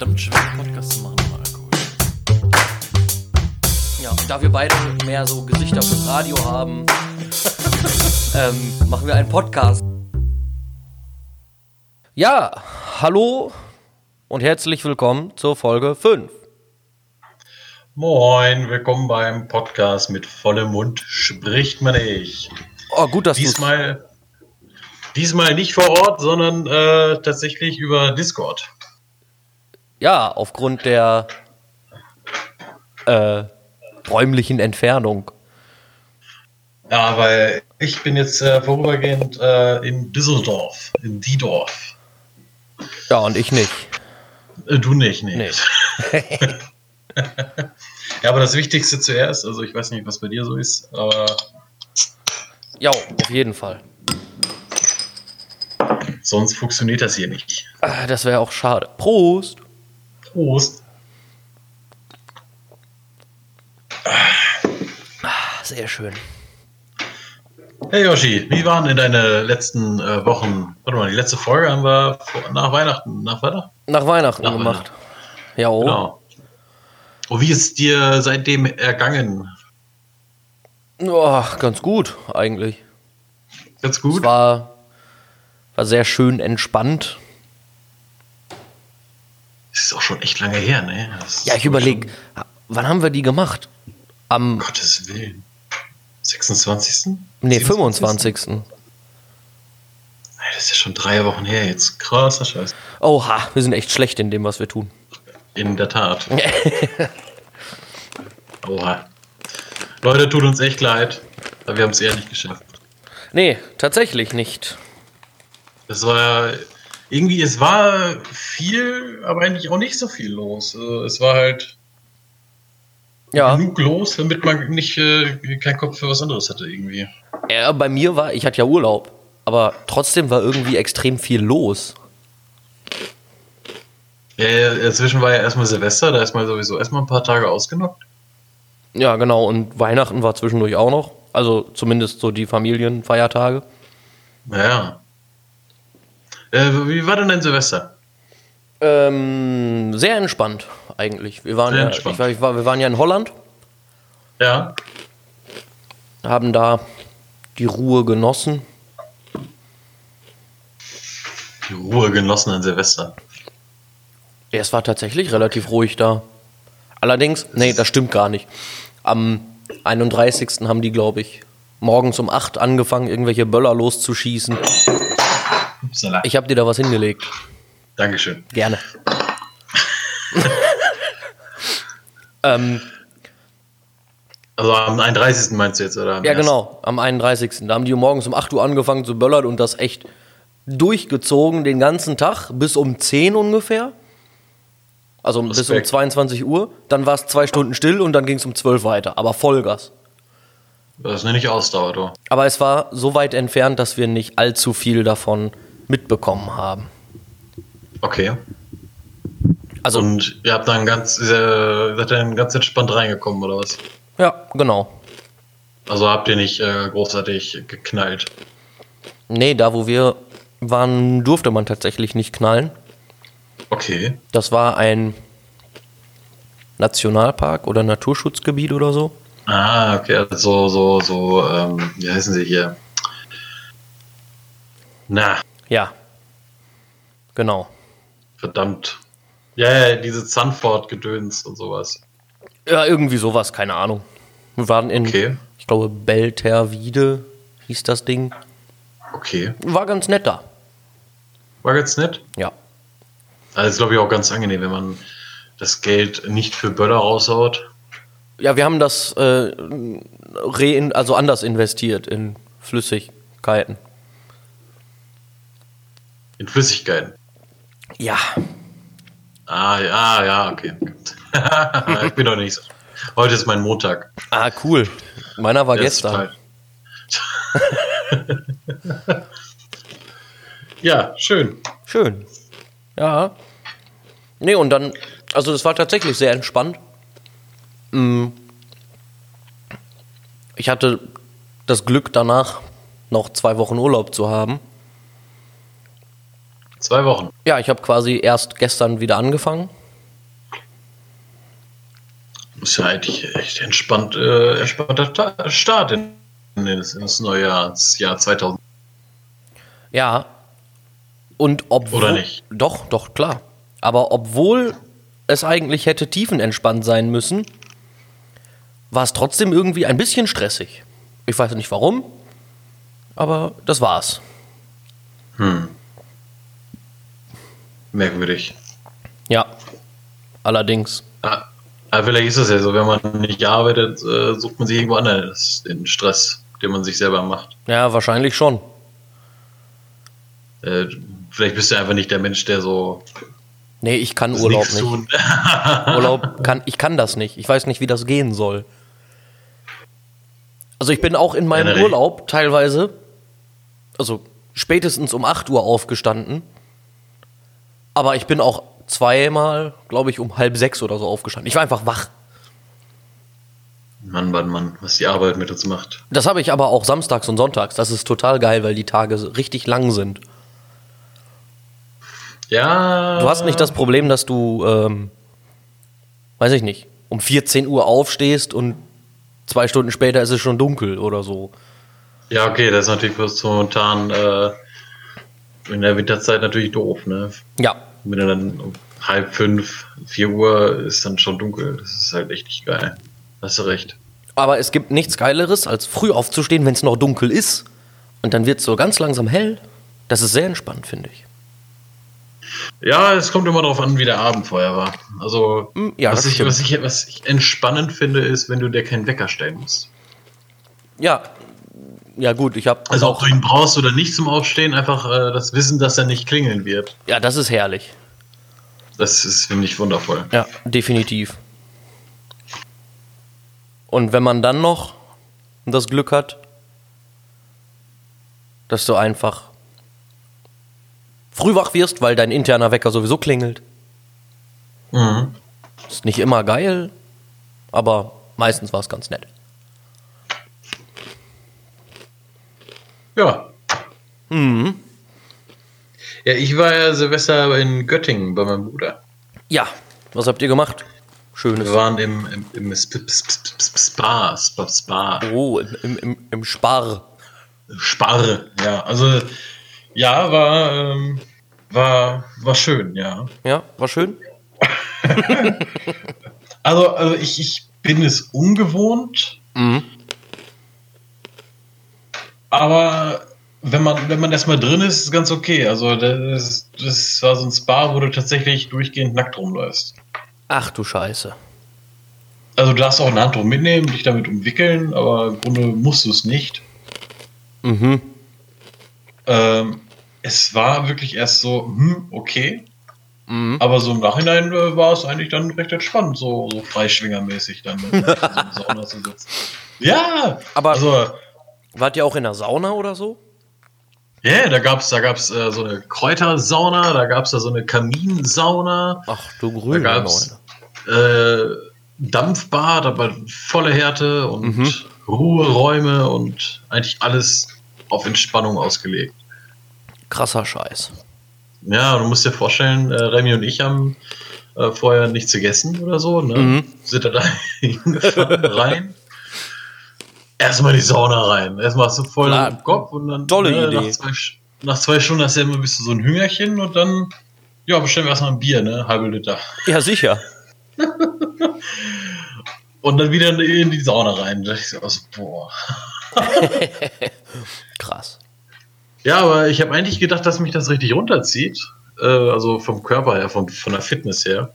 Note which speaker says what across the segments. Speaker 1: Podcast zu machen ohne Alkohol. Ja, und da wir beide mehr so Gesichter fürs Radio haben, ähm, machen wir einen Podcast. Ja, hallo und herzlich willkommen zur Folge 5.
Speaker 2: Moin, willkommen beim Podcast mit vollem Mund spricht man nicht.
Speaker 1: Oh, gut, dass du
Speaker 2: Diesmal, diesmal nicht vor Ort, sondern äh, tatsächlich über Discord.
Speaker 1: ja aufgrund der äh, räumlichen Entfernung.
Speaker 2: Ja, weil ich bin jetzt äh, vorübergehend äh, in Düsseldorf, in Diedorf.
Speaker 1: Ja, und ich nicht.
Speaker 2: Äh, du nicht, nee.
Speaker 1: Nee.
Speaker 2: Ja, aber das Wichtigste zuerst, also ich weiß nicht, was bei dir so ist, aber
Speaker 1: Ja, auf jeden Fall.
Speaker 2: sonst funktioniert das hier nicht.
Speaker 1: Ah, Das wäre auch schade. Prost!
Speaker 2: Prost.
Speaker 1: Ah, Sehr schön.
Speaker 2: Hey Yoshi, wie waren denn deine letzten äh, Wochen? Warte mal, die letzte Folge haben wir vor, nach Weihnachten, nach Weihnachten?
Speaker 1: Nach Weihnachten
Speaker 2: Nach
Speaker 1: gemacht. Ja, oh.
Speaker 2: Genau. Und Oh, wie ist dir seitdem ergangen? Genau.
Speaker 1: Ja, Oh, ganz gut eigentlich.
Speaker 2: Ganz
Speaker 1: Es
Speaker 2: gut.
Speaker 1: war, war sehr schön entspannt.
Speaker 2: Das ist auch schon echt lange her, ne? Das
Speaker 1: Ja, ich
Speaker 2: ist
Speaker 1: überlege, wann haben wir die gemacht? Am
Speaker 2: Um Gottes Willen. 26.
Speaker 1: nee,
Speaker 2: 27.?
Speaker 1: 25.
Speaker 2: Ey, Das ist ja schon drei Wochen her jetzt. Krasser Scheiß.
Speaker 1: Oha, wir sind echt schlecht in dem, was wir tun.
Speaker 2: In der Tat. Oha. Leute, tut uns echt leid. aber Wir haben es eher nicht geschafft.
Speaker 1: Nee, tatsächlich nicht.
Speaker 2: Das war irgendwie, es war viel, aber eigentlich auch nicht so viel los. Also, Es war halt
Speaker 1: Ja,
Speaker 2: genug los, damit man nicht äh, keinen Kopf für was anderes hatte irgendwie.
Speaker 1: äh, bei mir war, ich hatte ja Urlaub, aber trotzdem war irgendwie extrem viel los.
Speaker 2: Ja, ja, dazwischen war ja erstmal Silvester, da ist man sowieso erstmal ein paar Tage ausgenockt.
Speaker 1: Ja, genau, und Weihnachten war zwischendurch auch noch. Also zumindest so die Familienfeiertage.
Speaker 2: Naja. Äh, wie war denn dein Silvester?
Speaker 1: Ähm, sehr entspannt eigentlich. Wir waren,
Speaker 2: Sehr
Speaker 1: ja,
Speaker 2: entspannt.
Speaker 1: Ich war, ich war, wir waren ja in Holland,
Speaker 2: Ja.
Speaker 1: haben da die Ruhe genossen.
Speaker 2: Die Ruhe genossen an Silvester.
Speaker 1: Ja, Es war tatsächlich relativ ruhig da. Allerdings, nee, das stimmt gar nicht. Am 31. haben die, glaube ich, morgens um 8 angefangen, irgendwelche Böller loszuschießen.
Speaker 2: Upsala.
Speaker 1: Ich habe dir da was hingelegt.
Speaker 2: Dankeschön.
Speaker 1: Gerne. ähm,
Speaker 2: Also am 31. meinst du jetzt, oder? am
Speaker 1: Ja,
Speaker 2: 1.?
Speaker 1: genau, am 31. Da haben die morgens um 8 Uhr angefangen zu böllern und das echt durchgezogen den ganzen Tag bis um 10 ungefähr. Also bis um
Speaker 2: Respekt.
Speaker 1: 22 Uhr. Dann war es zwei Stunden still und dann ging es um 12 weiter, aber Vollgas.
Speaker 2: Das nenne ich Ausdauer, du.
Speaker 1: Aber es war so weit entfernt, dass wir nicht allzu viel davon mitbekommen haben.
Speaker 2: Okay.
Speaker 1: Also,
Speaker 2: Und ihr habt dann ganz, äh, seid dann ganz entspannt reingekommen, oder was?
Speaker 1: ja, genau.
Speaker 2: Also habt ihr nicht äh, großartig geknallt.
Speaker 1: Nee, da wo wir waren, durfte man tatsächlich nicht knallen.
Speaker 2: Okay.
Speaker 1: Das war ein Nationalpark oder Naturschutzgebiet oder so.
Speaker 2: Ah, okay, also so, so, so, ähm, wie heißen sie hier? Na,
Speaker 1: Ja. Genau.
Speaker 2: verdammt. Ja, ja, diese Zandfort-Gedöns und sowas.
Speaker 1: Ja, irgendwie sowas, keine Ahnung. Wir waren in,
Speaker 2: Okay.
Speaker 1: ich glaube, Belterwide hieß das Ding.
Speaker 2: Okay,
Speaker 1: War ganz nett da.
Speaker 2: war ganz nett.
Speaker 1: Ja.
Speaker 2: Also ist, glaube ich, auch ganz angenehm, wenn man das Geld nicht für Böller raushaut.
Speaker 1: Ja, wir haben das äh, rein, also anders investiert in Flüssigkeiten.
Speaker 2: In Flüssigkeiten.
Speaker 1: Ja.
Speaker 2: Ah, ja, ah, ja, okay. ich bin doch nicht so. Heute ist mein Montag.
Speaker 1: Ah, cool. Meiner war
Speaker 2: Der ist
Speaker 1: gestern.
Speaker 2: total- ja, schön.
Speaker 1: Schön. Ja. Nee, und dann, also das war tatsächlich sehr entspannt. Mm. Ich hatte das Glück danach noch zwei Wochen Urlaub zu haben.
Speaker 2: Zwei Wochen.
Speaker 1: Ja, ich habe quasi erst gestern wieder angefangen
Speaker 2: ist ja eigentlich echt entspannt, äh, entspannter Ta- Start in, in das in das neue Jahr, ins Jahr 2000.
Speaker 1: Ja. Und obwohl.
Speaker 2: Oder nicht?
Speaker 1: Doch, doch, klar. Aber obwohl es eigentlich hätte tiefenentspannt sein müssen, war es trotzdem irgendwie ein bisschen stressig. Ich weiß nicht warum, aber das war's.
Speaker 2: Merkwürdig.
Speaker 1: Ja. Allerdings.
Speaker 2: Ah, ah, vielleicht ist es ja so, wenn man nicht arbeitet, äh, sucht man sich irgendwo anders den Stress, den man sich selber macht.
Speaker 1: Ja, wahrscheinlich schon.
Speaker 2: Äh, vielleicht bist du einfach nicht der Mensch, der so
Speaker 1: Nee, ich kann Urlaub
Speaker 2: nichts
Speaker 1: nicht.
Speaker 2: tun.
Speaker 1: Urlaub kann ich kann das nicht. Ich weiß nicht, wie das gehen soll. Also ich bin auch in meinem
Speaker 2: Generell.
Speaker 1: Urlaub teilweise also spätestens um 8 Uhr aufgestanden. Aber ich bin auch zweimal, glaube ich, um halb sechs oder so aufgestanden. Ich war einfach wach.
Speaker 2: Mann, Mann, Mann, was die Arbeit mit uns macht.
Speaker 1: Das habe ich aber auch samstags und sonntags. Das ist total geil, weil die Tage so richtig lang sind.
Speaker 2: Ja.
Speaker 1: Du hast nicht das Problem, dass du, ähm, weiß ich nicht, um 14 Uhr aufstehst und zwei Stunden später ist es schon dunkel oder so.
Speaker 2: Ja, okay, das ist natürlich bloß momentan äh, in der Winterzeit natürlich doof, ne?
Speaker 1: Ja,
Speaker 2: Wenn er dann um halb fünf, vier Uhr ist dann schon dunkel. Das ist halt echt nicht geil. Hast du recht.
Speaker 1: aber es gibt nichts Geileres, als früh aufzustehen, wenn es noch dunkel ist. Und dann wird es so ganz langsam hell. Das ist sehr entspannt, finde ich.
Speaker 2: Ja, es kommt immer darauf an, wie der Abend vorher war. Also,
Speaker 1: Mm, ja,
Speaker 2: was,
Speaker 1: das
Speaker 2: ich,
Speaker 1: stimmt.
Speaker 2: was, ich, was ich entspannend finde, ist, wenn du dir keinen Wecker stellen musst.
Speaker 1: Ja, ja gut, ich habe
Speaker 2: Also, ob du ihn brauchst oder nicht zum Aufstehen, einfach äh, das Wissen, dass er nicht klingeln wird.
Speaker 1: Ja, das ist herrlich.
Speaker 2: Das ist, finde ich, wundervoll.
Speaker 1: Ja, definitiv. Und wenn man dann noch das Glück hat, dass du einfach früh wach wirst, weil dein interner Wecker sowieso klingelt.
Speaker 2: Mhm.
Speaker 1: Ist nicht immer geil, aber meistens war es ganz nett.
Speaker 2: Ja.
Speaker 1: Mhm.
Speaker 2: Ja, ich war ja Silvester in Göttingen bei meinem Bruder.
Speaker 1: Ja, was habt ihr gemacht?
Speaker 2: Wir
Speaker 1: Schönes.
Speaker 2: waren im, im, im Sp- Sp- Sp- Sp- Spa, Spa, Spa,
Speaker 1: Oh, im, im, im, im Spar.
Speaker 2: Sparre. Ja, also ja, war, ähm, war, war schön, ja.
Speaker 1: Ja, war schön.
Speaker 2: Also, also ich, ich bin es ungewohnt, aber wenn man, wenn man erstmal drin ist, ist ganz okay. Also das, das war so ein Spa, wo du tatsächlich durchgehend nackt rumläufst.
Speaker 1: Ach du Scheiße.
Speaker 2: Also du darfst auch ein Handtuch mitnehmen, dich damit umwickeln, aber im Grunde musst du es nicht.
Speaker 1: Mhm.
Speaker 2: Ähm, es war wirklich erst so, hm, okay.
Speaker 1: Mhm.
Speaker 2: Aber so im Nachhinein äh, war es eigentlich dann recht entspannt, so, so freischwingermäßig dann. in so einer Sauna zu sitzen. ja,
Speaker 1: Aber-
Speaker 2: also,
Speaker 1: Wart ihr auch in der Sauna oder so?
Speaker 2: yeah, da gab es da gab's, äh, so eine Kräutersauna, da gab es da so eine Kaminsauna,
Speaker 1: Ach du
Speaker 2: da
Speaker 1: grüne
Speaker 2: gab
Speaker 1: Neune.
Speaker 2: es äh, Dampfbad, aber volle Härte und
Speaker 1: Mhm.
Speaker 2: Ruheräume und eigentlich alles auf Entspannung ausgelegt.
Speaker 1: Krasser Scheiß.
Speaker 2: Ja, du musst dir vorstellen, äh, Remy und ich haben äh, vorher nichts gegessen oder so, ne?
Speaker 1: Mhm.
Speaker 2: Sind da hingefahren rein. Erstmal die Sauna rein. Erstmal hast du voll
Speaker 1: Klar.
Speaker 2: im Kopf und dann ne,
Speaker 1: Tolle Idee.
Speaker 2: Nach, zwei, Sch- nach zwei Stunden hast du ja immer bist du so ein Hüngerchen und dann, ja, bestellen wir erstmal ein Bier, ne? Halbe Liter.
Speaker 1: Ja, sicher.
Speaker 2: Und dann wieder in die Sauna rein. Da dachte ich so, also, boah.
Speaker 1: Krass.
Speaker 2: Ja, aber ich habe eigentlich gedacht, dass mich das richtig runterzieht. Äh, also vom Körper her, vom, von der Fitness her.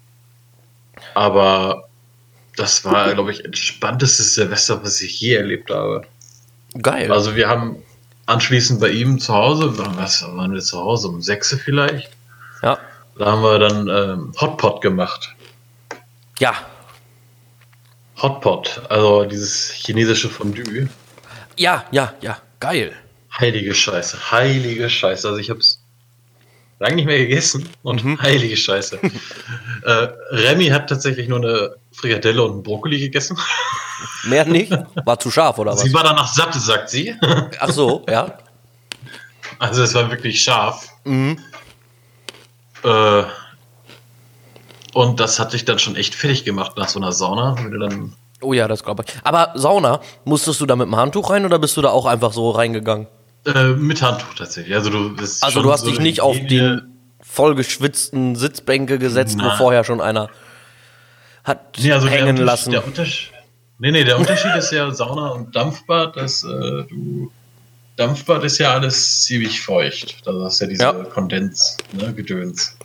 Speaker 2: Aber das war, glaube ich, entspanntestes Silvester, was ich je erlebt habe.
Speaker 1: Geil.
Speaker 2: Also wir haben anschließend bei ihm zu Hause, wann- was waren wir zu Hause? Um sechs vielleicht?
Speaker 1: ja.
Speaker 2: Da haben wir dann ähm, Hotpot gemacht.
Speaker 1: Ja.
Speaker 2: Hotpot, also dieses chinesische Fondue.
Speaker 1: Ja, ja, ja. Geil.
Speaker 2: Heilige Scheiße, heilige Scheiße. Also ich habe es lange nicht mehr gegessen und
Speaker 1: Mhm.
Speaker 2: heilige Scheiße. äh, Remy hat tatsächlich nur eine Frikadelle und einen Brokkoli gegessen.
Speaker 1: Mehr nicht? War zu scharf oder was?
Speaker 2: Sie war danach satt, sagt sie.
Speaker 1: Ach so, ja. Mhm.
Speaker 2: also es war wirklich scharf. Äh, Und das hat dich dann schon echt fertig gemacht nach so einer Sauna. Wenn du dann,
Speaker 1: Oh ja, das glaube ich. Aber Sauna, musstest du da mit dem Handtuch rein oder bist du da auch einfach so reingegangen?
Speaker 2: äh, mit Handtuch tatsächlich. Also du, das ist
Speaker 1: Also
Speaker 2: schon
Speaker 1: du hast
Speaker 2: so
Speaker 1: dich
Speaker 2: eine
Speaker 1: nicht auf
Speaker 2: Linie-
Speaker 1: den vollgeschwitzten Sitzbänke gesetzt, wo
Speaker 2: Nein.
Speaker 1: vorher schon einer hat
Speaker 2: Nee, also
Speaker 1: hängen
Speaker 2: der Unterschied-
Speaker 1: lassen.
Speaker 2: Der Unterschied, nee, nee, der Unterschied ist ja Sauna und Dampfbad, dass äh, du. Dampfbad ist ja alles ziemlich feucht. Da hast du ja diese
Speaker 1: Ja.
Speaker 2: Kondens, ne, Gedöns.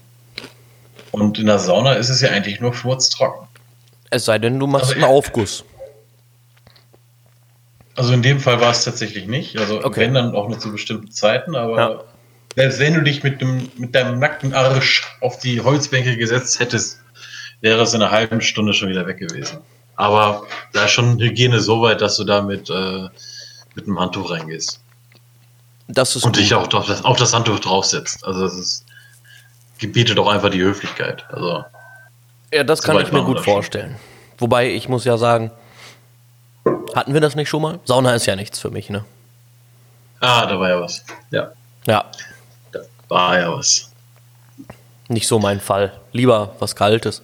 Speaker 2: Und in der Sauna ist es ja eigentlich nur furztrocken.
Speaker 1: Es sei denn, du machst
Speaker 2: Also-
Speaker 1: einen Aufguss.
Speaker 2: Also in dem Fall war es tatsächlich nicht. Also
Speaker 1: Okay.
Speaker 2: wenn dann auch nur zu bestimmten Zeiten, aber
Speaker 1: Ja.
Speaker 2: selbst wenn du dich mit, dem, mit deinem nackten Arsch auf die Holzbänke gesetzt hättest, wäre es in einer halben Stunde schon wieder weg gewesen. Aber da ist schon Hygiene so weit, dass du da mit, äh, mit einem Handtuch reingehst.
Speaker 1: Das ist
Speaker 2: Und
Speaker 1: gut.
Speaker 2: dich auch, drauf- auch das Handtuch draufsetzt. Also das ist, gebietet auch einfach die Höflichkeit. Also
Speaker 1: ja, das kann
Speaker 2: Soweit
Speaker 1: ich mir
Speaker 2: machen wir
Speaker 1: gut
Speaker 2: das schon.
Speaker 1: vorstellen. Wobei, ich muss ja sagen, hatten wir das nicht schon mal? Sauna ist ja nichts für mich, ne?
Speaker 2: Ah, da war ja was. Ja,
Speaker 1: Ja,
Speaker 2: da war ja was.
Speaker 1: nicht so mein Fall. Lieber was Kaltes.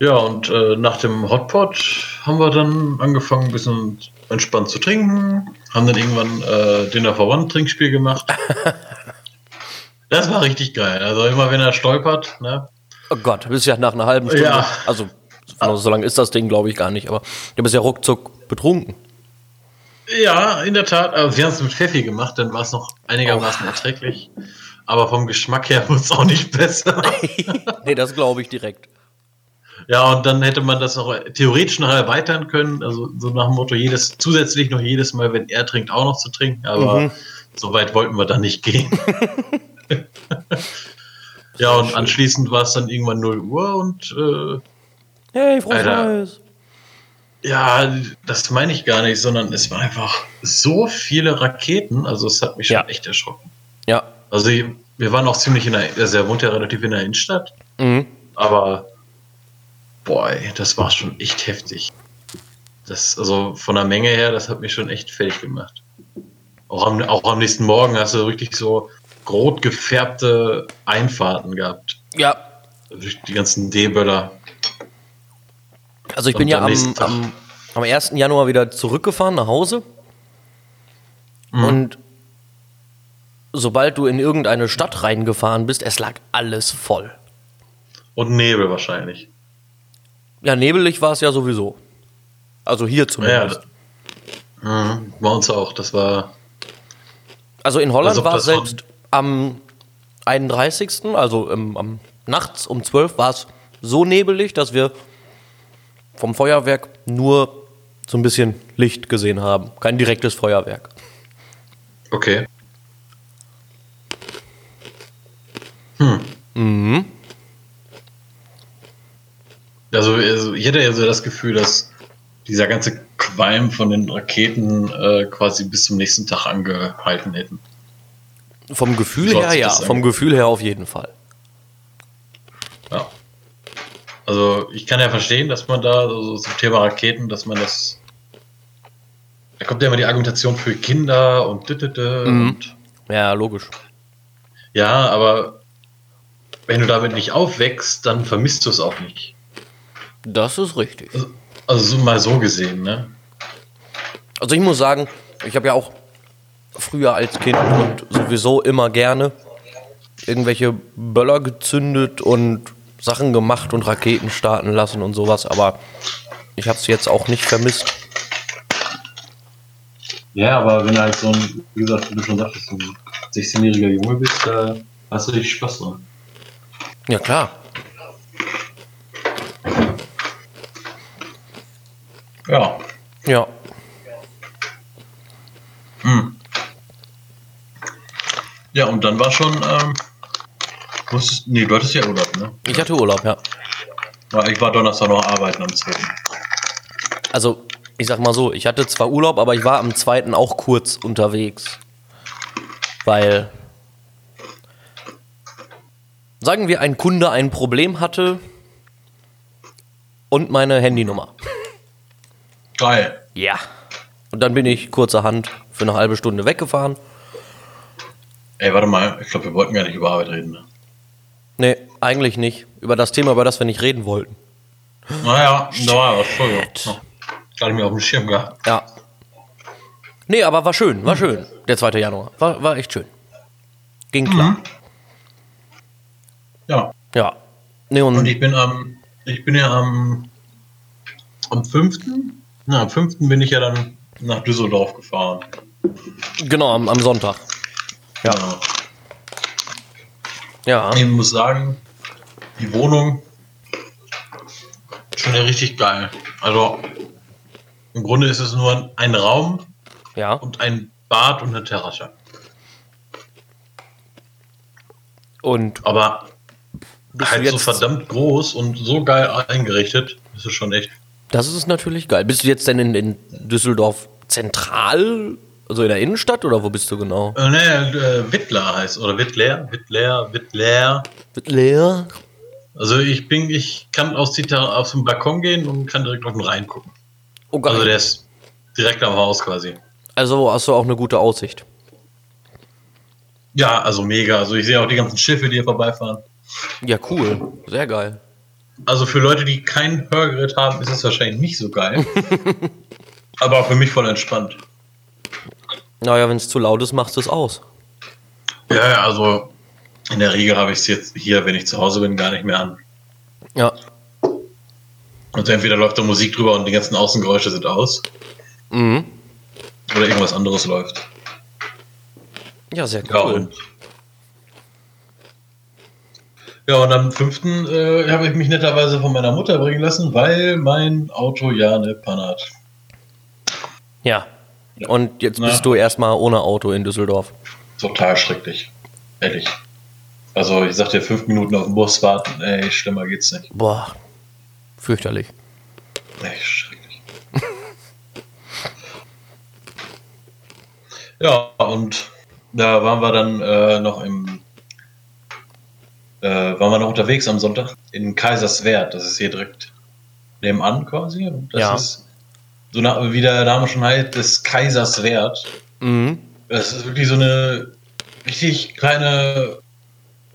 Speaker 2: Ja, und äh, nach dem Hotpot haben wir dann angefangen, ein bisschen entspannt zu trinken. Haben dann irgendwann äh, Dinner for One Trinkspiel gemacht. das war richtig geil. Also immer wenn er stolpert, ne?
Speaker 1: Oh Gott, du bist ja nach einer halben Stunde.
Speaker 2: Ja.
Speaker 1: Also, so lange ist das Ding, glaube ich, gar nicht. Aber du bist ja ruckzuck betrunken.
Speaker 2: Ja, in der Tat. Aber wir haben es mit Pfeffi gemacht, dann war es noch einigermaßen erträglich. Aber vom Geschmack her wird es auch nicht besser.
Speaker 1: nee, das glaube ich direkt.
Speaker 2: Ja, und dann hätte man das noch theoretisch noch erweitern können. Also so nach dem Motto, jedes, zusätzlich noch jedes Mal, wenn er trinkt, auch noch zu trinken. Aber so weit wollten wir da nicht gehen. ja, und anschließend war es dann irgendwann 0 Uhr und äh,
Speaker 1: Hey, frohes
Speaker 2: Alter.
Speaker 1: Neues.
Speaker 2: ja, das meine ich gar nicht, sondern es waren einfach so viele Raketen. Also es hat mich
Speaker 1: Ja.
Speaker 2: schon echt erschrocken.
Speaker 1: Ja.
Speaker 2: Also wir waren auch ziemlich in der, also er wohnt ja relativ in der Innenstadt,
Speaker 1: Mhm.
Speaker 2: Aber boah, ey, das war schon echt heftig. Das, also von der Menge her, das hat mich schon echt fertig gemacht. Auch am, auch am nächsten Morgen hast du richtig so rot gefärbte Einfahrten gehabt.
Speaker 1: Ja,
Speaker 2: Durch die ganzen D-Böller.
Speaker 1: Also ich
Speaker 2: Und
Speaker 1: bin ja
Speaker 2: am
Speaker 1: am,
Speaker 2: nächsten Tag.
Speaker 1: am, am 1. Januar wieder zurückgefahren nach Hause.
Speaker 2: Mhm.
Speaker 1: Und sobald du in irgendeine Stadt reingefahren bist, es lag alles voll.
Speaker 2: Und Nebel wahrscheinlich.
Speaker 1: Ja, nebelig war es ja sowieso. Also hier
Speaker 2: Ja,
Speaker 1: zumindest.
Speaker 2: das, mhm, bei uns auch. Das war.
Speaker 1: also in Holland
Speaker 2: Also,
Speaker 1: war
Speaker 2: das
Speaker 1: es selbst am 31., also im, am, nachts um 12 war es so nebelig, dass wir vom Feuerwerk nur so ein bisschen Licht gesehen haben. Kein direktes Feuerwerk.
Speaker 2: Okay. Also, also ich hätte ja so das Gefühl, dass dieser ganze Qualm von den Raketen äh, quasi bis zum nächsten Tag angehalten hätten.
Speaker 1: Vom Gefühl
Speaker 2: So hat
Speaker 1: her,
Speaker 2: sich
Speaker 1: ja.
Speaker 2: das
Speaker 1: Vom
Speaker 2: angefühlt.
Speaker 1: Gefühl her auf jeden Fall.
Speaker 2: Ja. Also ich kann ja verstehen, dass man da so zum Thema Raketen, dass man das. Da kommt ja immer die Argumentation für Kinder und dütete und
Speaker 1: Ja, logisch.
Speaker 2: Ja, aber wenn du damit nicht aufwächst, dann vermisst du es auch nicht.
Speaker 1: Das ist richtig.
Speaker 2: Also- Also so- mal so gesehen, ne?
Speaker 1: Also ich muss sagen, ich habe ja auch früher als Kind und sowieso immer gerne irgendwelche Böller gezündet und Sachen gemacht und Raketen starten lassen und sowas, aber ich habe es jetzt auch nicht vermisst.
Speaker 2: Ja, aber wenn du halt so ein, wie gesagt, wie du schon sagtest, so ein 16-jähriger Junge bist, da hast du richtig Spaß dran.
Speaker 1: Ja klar.
Speaker 2: Ja.
Speaker 1: Ja.
Speaker 2: Ja, und dann war schon, ähm, musstest, nee, du hattest ja Urlaub, ne?
Speaker 1: Ich hatte Urlaub, ja.
Speaker 2: Ja, Ich war Donnerstag noch arbeiten am 2.
Speaker 1: Also, ich sag mal so, ich hatte zwar Urlaub, aber ich war am zweiten auch kurz unterwegs. Weil. Sagen wir, ein Kunde ein Problem hatte und meine Handynummer.
Speaker 2: Geil.
Speaker 1: Ja. Und dann bin ich kurzerhand für eine halbe Stunde weggefahren.
Speaker 2: Ey, warte mal, ich glaube, wir wollten gar nicht über Arbeit reden, ne?
Speaker 1: Nee, eigentlich nicht. Über das Thema, über das wir nicht reden wollten.
Speaker 2: Naja, naja, Entschuldigung. Ja. Gar nicht mehr auf dem Schirm gehabt.
Speaker 1: Ja. Nee, aber war schön, war schön. Der 2. Januar. War, war echt schön. Ging klar.
Speaker 2: Ja.
Speaker 1: Ja. Nee, und,
Speaker 2: Und ich bin am, ich bin ja am, am 5. Na, am 5. bin ich ja dann nach Düsseldorf gefahren.
Speaker 1: genau, am, am Sonntag. Ja. Ja.
Speaker 2: Genau. Ich muss sagen, die Wohnung schon ja richtig geil. Also im Grunde ist es nur ein Raum
Speaker 1: Ja.
Speaker 2: und ein Bad und eine Terrasse.
Speaker 1: Und
Speaker 2: Aber
Speaker 1: Bist du
Speaker 2: halt so
Speaker 1: jetzt-
Speaker 2: verdammt groß und so geil eingerichtet. Das ist schon echt.
Speaker 1: das ist natürlich geil. Bist du jetzt denn in, in Düsseldorf zentral, also in der Innenstadt oder wo bist du genau?
Speaker 2: Äh, nee, äh, Wittler heißt oder Wittler, Wittler, Wittler.
Speaker 1: Leer.
Speaker 2: Also ich bin, ich kann aus, die, Terra- aus dem Balkon gehen und kann direkt auf den Rhein gucken.
Speaker 1: Oh, geil.
Speaker 2: Also
Speaker 1: Also,
Speaker 2: der ist direkt am Haus quasi.
Speaker 1: hast du auch eine gute Aussicht.
Speaker 2: Ja, also mega. Also ich sehe auch die ganzen Schiffe, die hier vorbeifahren.
Speaker 1: Ja, cool. Sehr geil.
Speaker 2: Also für Leute, die kein Hörgerät haben, ist es wahrscheinlich nicht so geil. Aber für mich voll entspannt.
Speaker 1: Naja, wenn es zu laut ist, machst du es aus.
Speaker 2: Ja, ja, also in der Regel habe ich es jetzt hier, wenn ich zu Hause bin, gar nicht mehr an.
Speaker 1: Ja.
Speaker 2: Also entweder läuft da Musik drüber und die ganzen Außengeräusche sind aus
Speaker 1: Mhm.
Speaker 2: oder irgendwas anderes läuft.
Speaker 1: Ja, sehr
Speaker 2: Ja,
Speaker 1: cool.
Speaker 2: und, ja, und am 5. Äh, habe ich mich netterweise von meiner Mutter bringen lassen, weil mein Auto ja eine Panne hat.
Speaker 1: Ja. Und jetzt
Speaker 2: Na.
Speaker 1: bist du erstmal ohne Auto in Düsseldorf.
Speaker 2: Total schrecklich. Ehrlich. Also, ich sagte, fünf Minuten auf den Bus warten, ey, schlimmer geht's nicht.
Speaker 1: Boah. Fürchterlich.
Speaker 2: Echt schrecklich. ja, und da waren wir dann äh, noch im. Äh, waren wir noch unterwegs am Sonntag in Kaiserswerth. Das ist hier direkt nebenan quasi. Und das
Speaker 1: Ja.
Speaker 2: ist, so na, wie der Name schon heißt, das Kaiserswerth.
Speaker 1: Mhm.
Speaker 2: Das ist wirklich so eine richtig kleine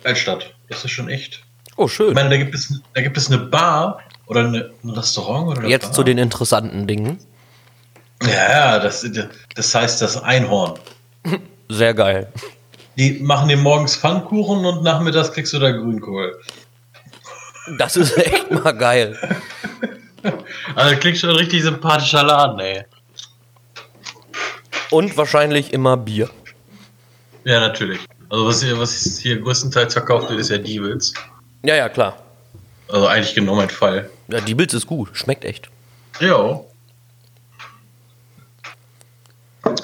Speaker 2: Altstadt. Das ist schon echt.
Speaker 1: Oh,
Speaker 2: Ich
Speaker 1: schön.
Speaker 2: meine, da gibt es, da gibt es eine Bar oder eine, ein Restaurant oder eine Bar.
Speaker 1: Jetzt zu den interessanten Dingen.
Speaker 2: Ja, das, das heißt das Einhorn.
Speaker 1: Sehr geil.
Speaker 2: Die machen dir morgens Pfannkuchen und nachmittags kriegst du da Grünkohl.
Speaker 1: Das ist echt mal geil.
Speaker 2: Also das klingt schon ein richtig sympathischer Laden, ey.
Speaker 1: Und wahrscheinlich immer Bier.
Speaker 2: Ja, natürlich. Also was hier, was hier größtenteils verkauft wird, ist ja Diebels.
Speaker 1: Ja, ja, klar.
Speaker 2: Also eigentlich genau mein Fall.
Speaker 1: Ja, die Bilz ist gut. Schmeckt echt.
Speaker 2: Ja.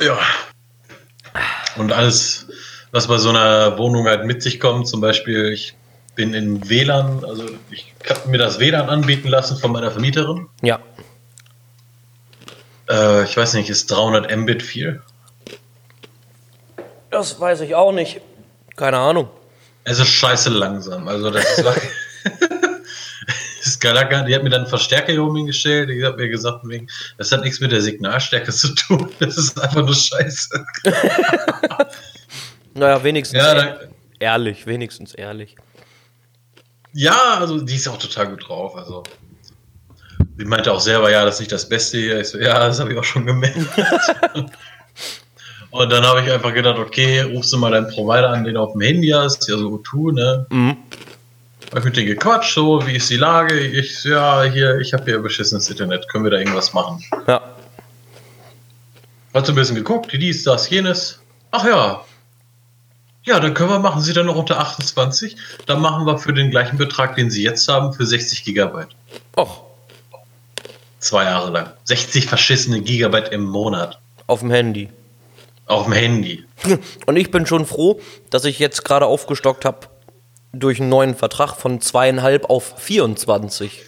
Speaker 2: Ja. Und alles, was bei so einer Wohnung halt mit sich kommt, zum Beispiel, ich bin in WLAN, also ich habe mir das WLAN anbieten lassen von meiner Vermieterin.
Speaker 1: Ja.
Speaker 2: Äh, ich weiß nicht, ist 300 Mbit viel?
Speaker 1: Das weiß ich auch nicht. Keine Ahnung.
Speaker 2: Es ist scheiße langsam. Also das ist, Das ist gar, gar, die hat mir dann einen Verstärker hier oben hingestellt. Ich habe mir gesagt, von wegen, das hat nichts mit der Signalstärke zu tun. Das ist einfach nur scheiße.
Speaker 1: Naja, wenigstens
Speaker 2: Ja, da,
Speaker 1: ehrlich. Wenigstens ehrlich.
Speaker 2: ja, also die ist auch total gut drauf. Also sie meinte auch selber, ja, das ist nicht das Beste hier. Ich so, ja, das habe ich auch schon gemerkt. Und dann habe ich einfach gedacht, okay, rufst du mal deinen Provider an, den du auf dem Handy hast, ja so O2, ne?
Speaker 1: Mhm.
Speaker 2: Hab ich mit denen gequatscht, so, wie ist die Lage? Ich, so, ja, hier, ich habe hier beschissenes Internet, können wir da irgendwas machen?
Speaker 1: Ja.
Speaker 2: Hat so ein bisschen geguckt, dies, das, jenes. Ach ja. Ja, dann können wir, machen Sie dann noch unter 28, dann machen wir für den gleichen Betrag, den Sie jetzt haben, für 60 Gigabyte.
Speaker 1: Och,
Speaker 2: Zwei Jahre lang. 60 verschissene Gigabyte im Monat.
Speaker 1: auf dem Handy.
Speaker 2: Auf dem Handy.
Speaker 1: Und ich bin schon froh, dass ich jetzt gerade aufgestockt habe durch einen neuen Vertrag von zweieinhalb auf 24.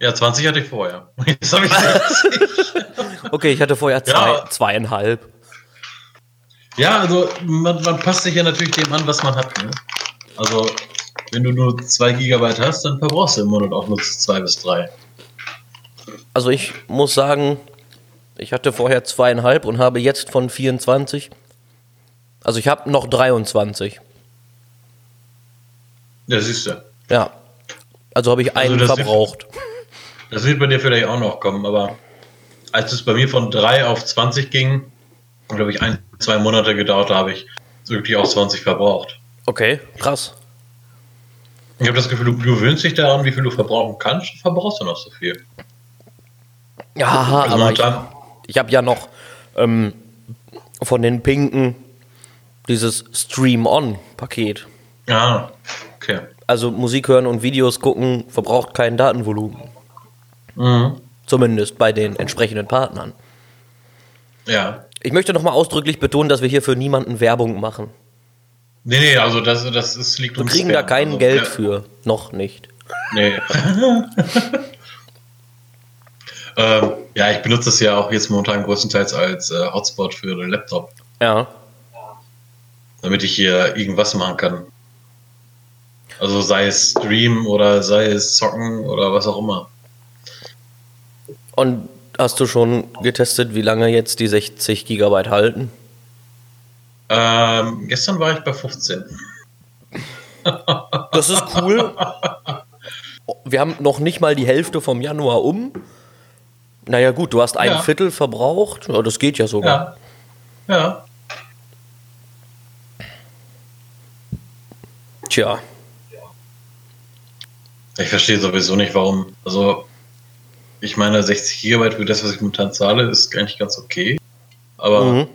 Speaker 2: Ja, 20 hatte ich vorher. Jetzt habe ich 60.
Speaker 1: Okay, ich hatte vorher zwei,
Speaker 2: Ja.
Speaker 1: zweieinhalb.
Speaker 2: Ja, also man, man passt sich ja natürlich dem an, was man hat. Ne? Also, wenn du nur 2 Gigabyte hast, dann verbrauchst du im Monat auch nur 2 bis 3.
Speaker 1: Also ich muss sagen, ich hatte vorher zweieinhalb und habe jetzt von 24. Also ich habe noch 23.
Speaker 2: Ja, siehst du.
Speaker 1: Ja. Also habe ich
Speaker 2: Also
Speaker 1: einen
Speaker 2: das ist-
Speaker 1: verbraucht.
Speaker 2: Das wird bei dir vielleicht auch noch kommen, aber als es bei mir von 3 auf 20 ging, glaube ich, ein, zwei Monate gedauert, da habe ich wirklich auch 20 verbraucht.
Speaker 1: Okay, krass.
Speaker 2: Ich habe das Gefühl, du gewöhnst dich daran, wie viel du verbrauchen kannst, verbrauchst du noch so viel.
Speaker 1: Ja, haha,
Speaker 2: Also
Speaker 1: aber ich,
Speaker 2: momentan,
Speaker 1: ich habe ja noch ähm, von den Pinken dieses Stream-On-Paket.
Speaker 2: ja, Ah, okay.
Speaker 1: Also Musik hören und Videos gucken verbraucht kein Datenvolumen.
Speaker 2: Mhm.
Speaker 1: Zumindest bei den entsprechenden Partnern.
Speaker 2: Ja.
Speaker 1: Ich möchte nochmal ausdrücklich betonen, dass wir hier für niemanden Werbung machen.
Speaker 2: Nee, nee, also das, das ist, liegt
Speaker 1: Wir
Speaker 2: uns
Speaker 1: kriegen da
Speaker 2: fern.
Speaker 1: kein
Speaker 2: Also,
Speaker 1: Geld
Speaker 2: ja,
Speaker 1: für. Noch nicht.
Speaker 2: Nee. ähm, ja, ich benutze das ja auch jetzt momentan größtenteils als äh, Hotspot für den Laptop,
Speaker 1: Ja.
Speaker 2: damit ich hier irgendwas machen kann. Also sei es Stream oder sei es Zocken oder was auch immer.
Speaker 1: Und hast du schon getestet, wie lange jetzt die 60 Gigabyte halten?
Speaker 2: Ähm, gestern war ich bei 15.
Speaker 1: Das ist cool. Wir haben noch nicht mal die Hälfte vom Januar um. Naja, gut, du hast ein
Speaker 2: Ja.
Speaker 1: Viertel verbraucht. Ja, das geht ja sogar.
Speaker 2: Ja. Ja.
Speaker 1: Tja.
Speaker 2: Ich verstehe sowieso nicht, warum. Also, ich meine, 60 Gigabyte für das, was ich momentan zahle, ist eigentlich ganz okay. Aber
Speaker 1: Mhm.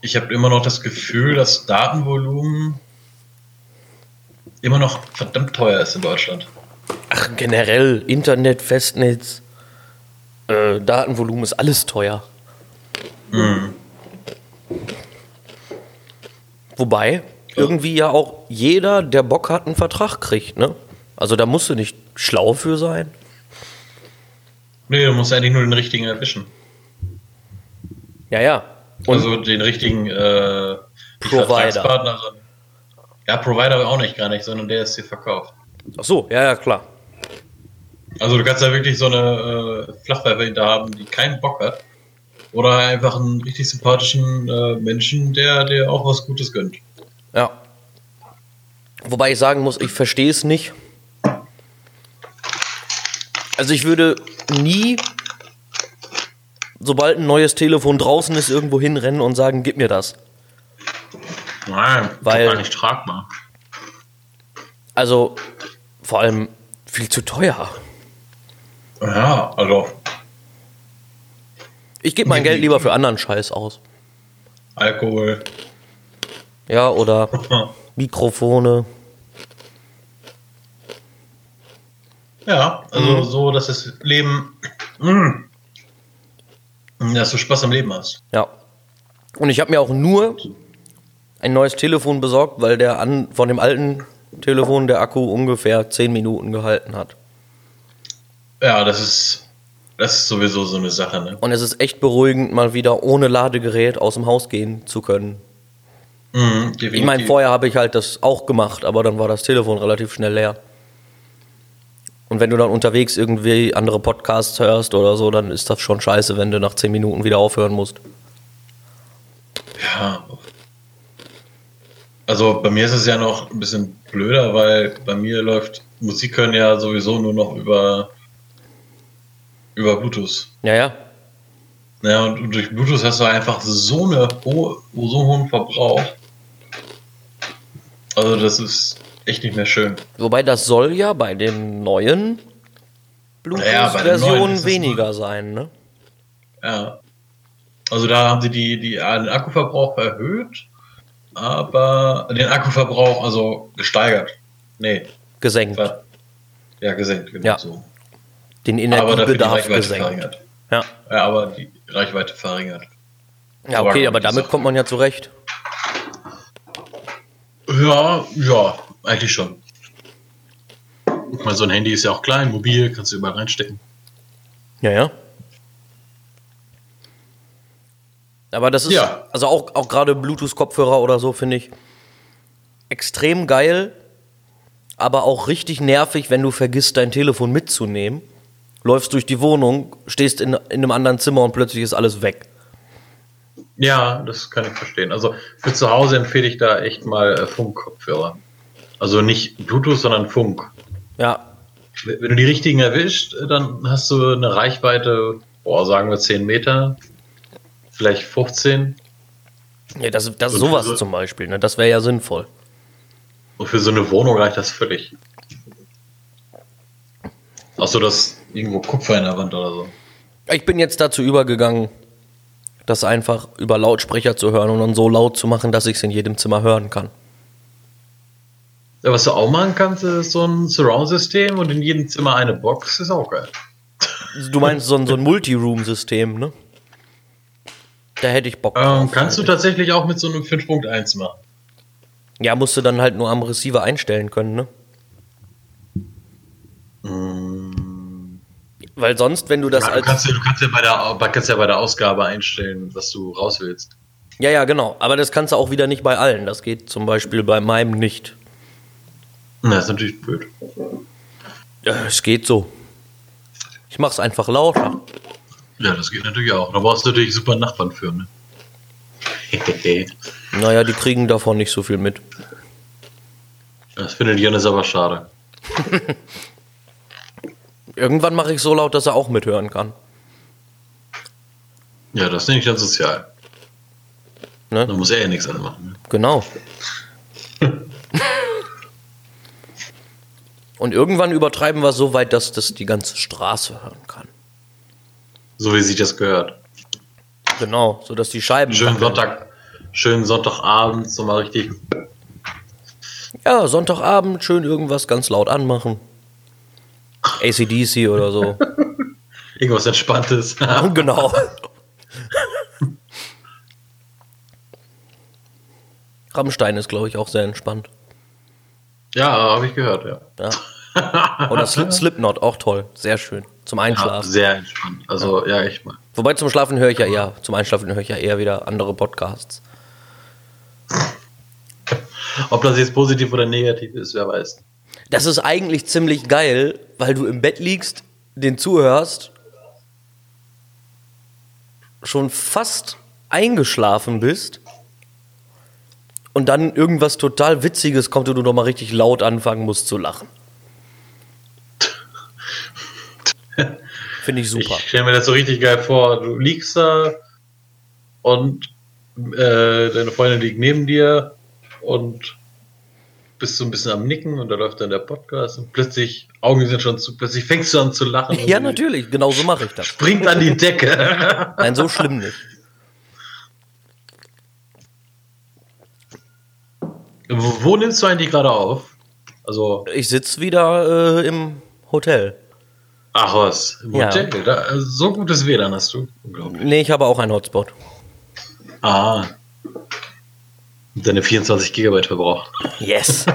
Speaker 2: ich habe immer noch das Gefühl, dass Datenvolumen immer noch verdammt teuer ist in Deutschland.
Speaker 1: Ach, generell, Internet, Festnetz, äh, Datenvolumen ist alles teuer.
Speaker 2: Mhm.
Speaker 1: Wobei, irgendwie ja auch jeder, der Bock hat, einen Vertrag kriegt, ne? Also da musst du nicht schlau für sein.
Speaker 2: Nee, du musst eigentlich nur den richtigen erwischen.
Speaker 1: Ja, ja. Und
Speaker 2: also den richtigen äh, nicht
Speaker 1: Provider.
Speaker 2: Vertragspartner, sondern- Ja, Provider auch nicht, gar nicht, sondern der ist dir verkauft.
Speaker 1: ach so, ja, ja, klar.
Speaker 2: Also du kannst ja wirklich so eine äh, Flachwerfer hinter haben, die keinen Bock hat. Oder einfach einen richtig sympathischen äh, Menschen, der dir auch was Gutes gönnt.
Speaker 1: Ja. Wobei ich sagen muss, ich verstehe es nicht. Also ich würde nie, sobald ein neues Telefon draußen ist, irgendwo hinrennen und sagen, gib mir das.
Speaker 2: Nein,
Speaker 1: Weil-
Speaker 2: gar nicht tragbar.
Speaker 1: Also vor allem viel zu teuer.
Speaker 2: Ja, also
Speaker 1: Ich gebe mein Geld lieber für anderen Scheiß aus.
Speaker 2: Alkohol.
Speaker 1: Ja, oder Mikrofone.
Speaker 2: Ja, also
Speaker 1: Mhm.
Speaker 2: so, dass das Leben, Mm. dass du Spaß am Leben hast.
Speaker 1: Ja. Und ich habe mir auch nur ein neues Telefon besorgt, weil der an, von dem alten Telefon der Akku ungefähr 10 Minuten gehalten hat.
Speaker 2: Ja, das ist, das ist sowieso so eine Sache. Ne?
Speaker 1: Und es ist echt beruhigend, mal wieder ohne Ladegerät aus dem Haus gehen zu können.
Speaker 2: Mhm, definitiv.
Speaker 1: Ich meine, vorher habe ich halt das auch gemacht, aber dann war das Telefon relativ schnell leer. Und wenn du dann unterwegs irgendwie andere Podcasts hörst oder so, dann ist das schon scheiße, wenn du nach 10 Minuten wieder aufhören musst.
Speaker 2: Ja. Also bei mir ist es ja noch ein bisschen blöder, weil bei mir läuft Musik hören ja sowieso nur noch über, über Bluetooth.
Speaker 1: Ja, ja.
Speaker 2: Ja, und, und durch Bluetooth hast du einfach so, eine hohe, so einen hohen Verbrauch. Also das ist echt nicht mehr schön.
Speaker 1: Wobei das soll ja bei den neuen
Speaker 2: Naja, bei den neuen
Speaker 1: Bluetooth-Versionen
Speaker 2: ist es
Speaker 1: weniger sein, ne?
Speaker 2: Ja. Also da haben sie die, die, ah, den Akkuverbrauch erhöht, aber den Akkuverbrauch also gesteigert. Nee,
Speaker 1: Gesenkt.
Speaker 2: ver- ja, gesenkt, genau
Speaker 1: Ja.
Speaker 2: so.
Speaker 1: Den
Speaker 2: Aber dafür die
Speaker 1: Energiebedarf
Speaker 2: Reichweite
Speaker 1: gesenkt.
Speaker 2: verringert.
Speaker 1: Ja.
Speaker 2: Ja, aber die Reichweite verringert.
Speaker 1: ja,
Speaker 2: Aber
Speaker 1: okay,
Speaker 2: gut,
Speaker 1: aber
Speaker 2: die
Speaker 1: damit
Speaker 2: Sache.
Speaker 1: kommt man ja zurecht.
Speaker 2: Ja, ja, eigentlich schon. Ich meine, so ein Handy ist ja auch klein, mobil, kannst du überall reinstecken.
Speaker 1: Ja, ja. Aber das ist,
Speaker 2: Ja.
Speaker 1: also auch, auch gerade Bluetooth-Kopfhörer oder so finde ich extrem geil, aber auch richtig nervig, wenn du vergisst, dein Telefon mitzunehmen. Läufst durch die Wohnung, stehst in, in einem anderen Zimmer und plötzlich ist alles weg.
Speaker 2: Ja, das kann ich verstehen. Also für zu Hause empfehle ich da echt mal äh, Funkkopfhörer. Also nicht Bluetooth, sondern Funk.
Speaker 1: Ja,
Speaker 2: Wenn wenn du die richtigen erwischt, äh, dann hast du eine Reichweite, boah, sagen wir 10 Meter, vielleicht 15.
Speaker 1: ja das, das
Speaker 2: Und also
Speaker 1: sowas
Speaker 2: diese-
Speaker 1: zum Beispiel, ne? das wäre ja sinnvoll.
Speaker 2: Und für so eine Wohnung reicht das völlig. Achso, dass irgendwo Kupfer in der Wand oder so.
Speaker 1: Ich bin jetzt dazu übergegangen, das einfach über Lautsprecher zu hören und dann so laut zu machen, dass ich es in jedem Zimmer hören kann.
Speaker 2: Ja, was du auch machen kannst, ist so ein Surround-System und in jedem Zimmer eine Box, ist auch geil.
Speaker 1: Du meinst so ein, so ein Multiroom-System, ne? Da hätte ich Bock
Speaker 2: Ähm,
Speaker 1: drauf,
Speaker 2: kannst du
Speaker 1: eigentlich.
Speaker 2: tatsächlich auch mit so einem 5.1 machen.
Speaker 1: Ja, musst du dann halt nur am Receiver einstellen können, ne? Weil sonst, wenn du das
Speaker 2: Mm. Ja, du,
Speaker 1: als.
Speaker 2: kannst, ja- du kannst, ja bei der, Au- kannst ja bei der Ausgabe einstellen, was du raus willst.
Speaker 1: Ja, ja, genau. Aber das kannst du auch wieder nicht bei allen. Das geht zum Beispiel bei meinem nicht.
Speaker 2: Na, ist natürlich blöd.
Speaker 1: Ja, es geht so. Ich mach's einfach lauter.
Speaker 2: Ja, das geht natürlich auch. Da brauchst du natürlich super Nachbarn für, ne?
Speaker 1: Naja, die kriegen davon nicht so viel mit.
Speaker 2: das findet Janis aber schade.
Speaker 1: Irgendwann mache ich so laut, dass er auch mithören kann.
Speaker 2: Ja, das nenne ich dann sozial.
Speaker 1: Ne?
Speaker 2: Da muss er ja nichts anmachen. ne?
Speaker 1: Genau. Und irgendwann übertreiben wir es so weit, dass das die ganze Straße hören kann.
Speaker 2: So wie sich das gehört.
Speaker 1: Genau, sodass die Scheiben.
Speaker 2: Schönen Sonntag, schönen Sonntagabend, so mal richtig.
Speaker 1: Ja, Sonntagabend schön irgendwas ganz laut anmachen. ACDC oder so.
Speaker 2: Irgendwas Entspanntes.
Speaker 1: Und genau. Rammstein ist, glaube ich, auch sehr entspannt.
Speaker 2: ja, habe ich gehört, ja.
Speaker 1: Ja. Oder Sli- Slipknot, auch toll. Sehr schön. Zum
Speaker 2: ja
Speaker 1: Einschlafen.
Speaker 2: sehr entspannt. Also, ja, echt mal.
Speaker 1: Wobei zum Schlafen höre ich ja eher, zum Einschlafen höre ich ja eher wieder andere Podcasts.
Speaker 2: Ob das jetzt positiv oder negativ ist, wer weiß.
Speaker 1: Das ist eigentlich ziemlich geil, weil du im Bett liegst, den zuhörst, schon fast eingeschlafen bist und dann irgendwas total Witziges kommt und du nochmal richtig laut anfangen musst zu lachen. Finde ich super.
Speaker 2: Ich stelle mir das so richtig geil vor. Du liegst da und äh, deine Freundin liegt neben dir und bist so ein bisschen am Nicken und da läuft dann der Podcast und plötzlich, Augen sind schon zu, plötzlich fängst du an zu lachen.
Speaker 1: Ja,
Speaker 2: und
Speaker 1: natürlich, genau so mache ich das.
Speaker 2: Springt an die Decke.
Speaker 1: Nein, so schlimm nicht.
Speaker 2: wo, wo nimmst du eigentlich gerade auf? Also,
Speaker 1: Ich sitze wieder äh, im Hotel.
Speaker 2: ach was, im
Speaker 1: Ja.
Speaker 2: Hotel. Da, so gutes WLAN hast du. Unglaublich.
Speaker 1: Nee, ich habe auch einen Hotspot.
Speaker 2: Ah. Und Deine 24 Gigabyte verbraucht.
Speaker 1: Yes.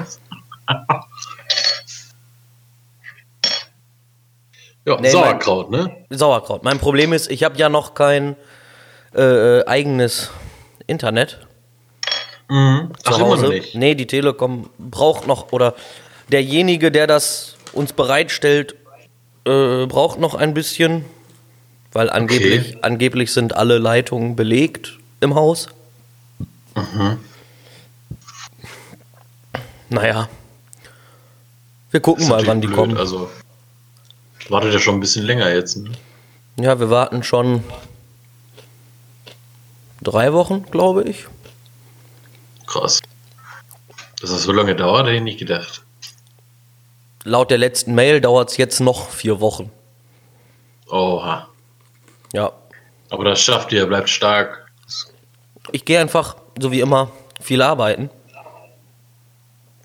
Speaker 2: Ja,
Speaker 1: Nee,
Speaker 2: Sauerkraut, ne?
Speaker 1: Sauerkraut. Mein Problem ist, ich habe ja noch kein äh, äh, eigenes Internet
Speaker 2: Mhm.
Speaker 1: zu Hause. Nee, die Telekom braucht noch oder derjenige, der das uns bereitstellt, äh, braucht noch ein bisschen, weil angeblich, angeblich sind alle Leitungen belegt im Haus.
Speaker 2: Mhm.
Speaker 1: Naja. Wir gucken
Speaker 2: Ist
Speaker 1: mal,
Speaker 2: natürlich
Speaker 1: wann die
Speaker 2: blöd,
Speaker 1: kommen.
Speaker 2: Also wartet ja schon ein bisschen länger jetzt. Ne?
Speaker 1: Ja, wir warten schon drei Wochen, glaube ich.
Speaker 2: Krass. Dass das so lange dauert, hätte ich nicht gedacht.
Speaker 1: Laut der letzten Mail dauert es jetzt noch vier Wochen.
Speaker 2: Oha.
Speaker 1: Ja.
Speaker 2: Aber das schafft ihr, bleibt stark.
Speaker 1: Ich gehe einfach, so wie immer, viel arbeiten.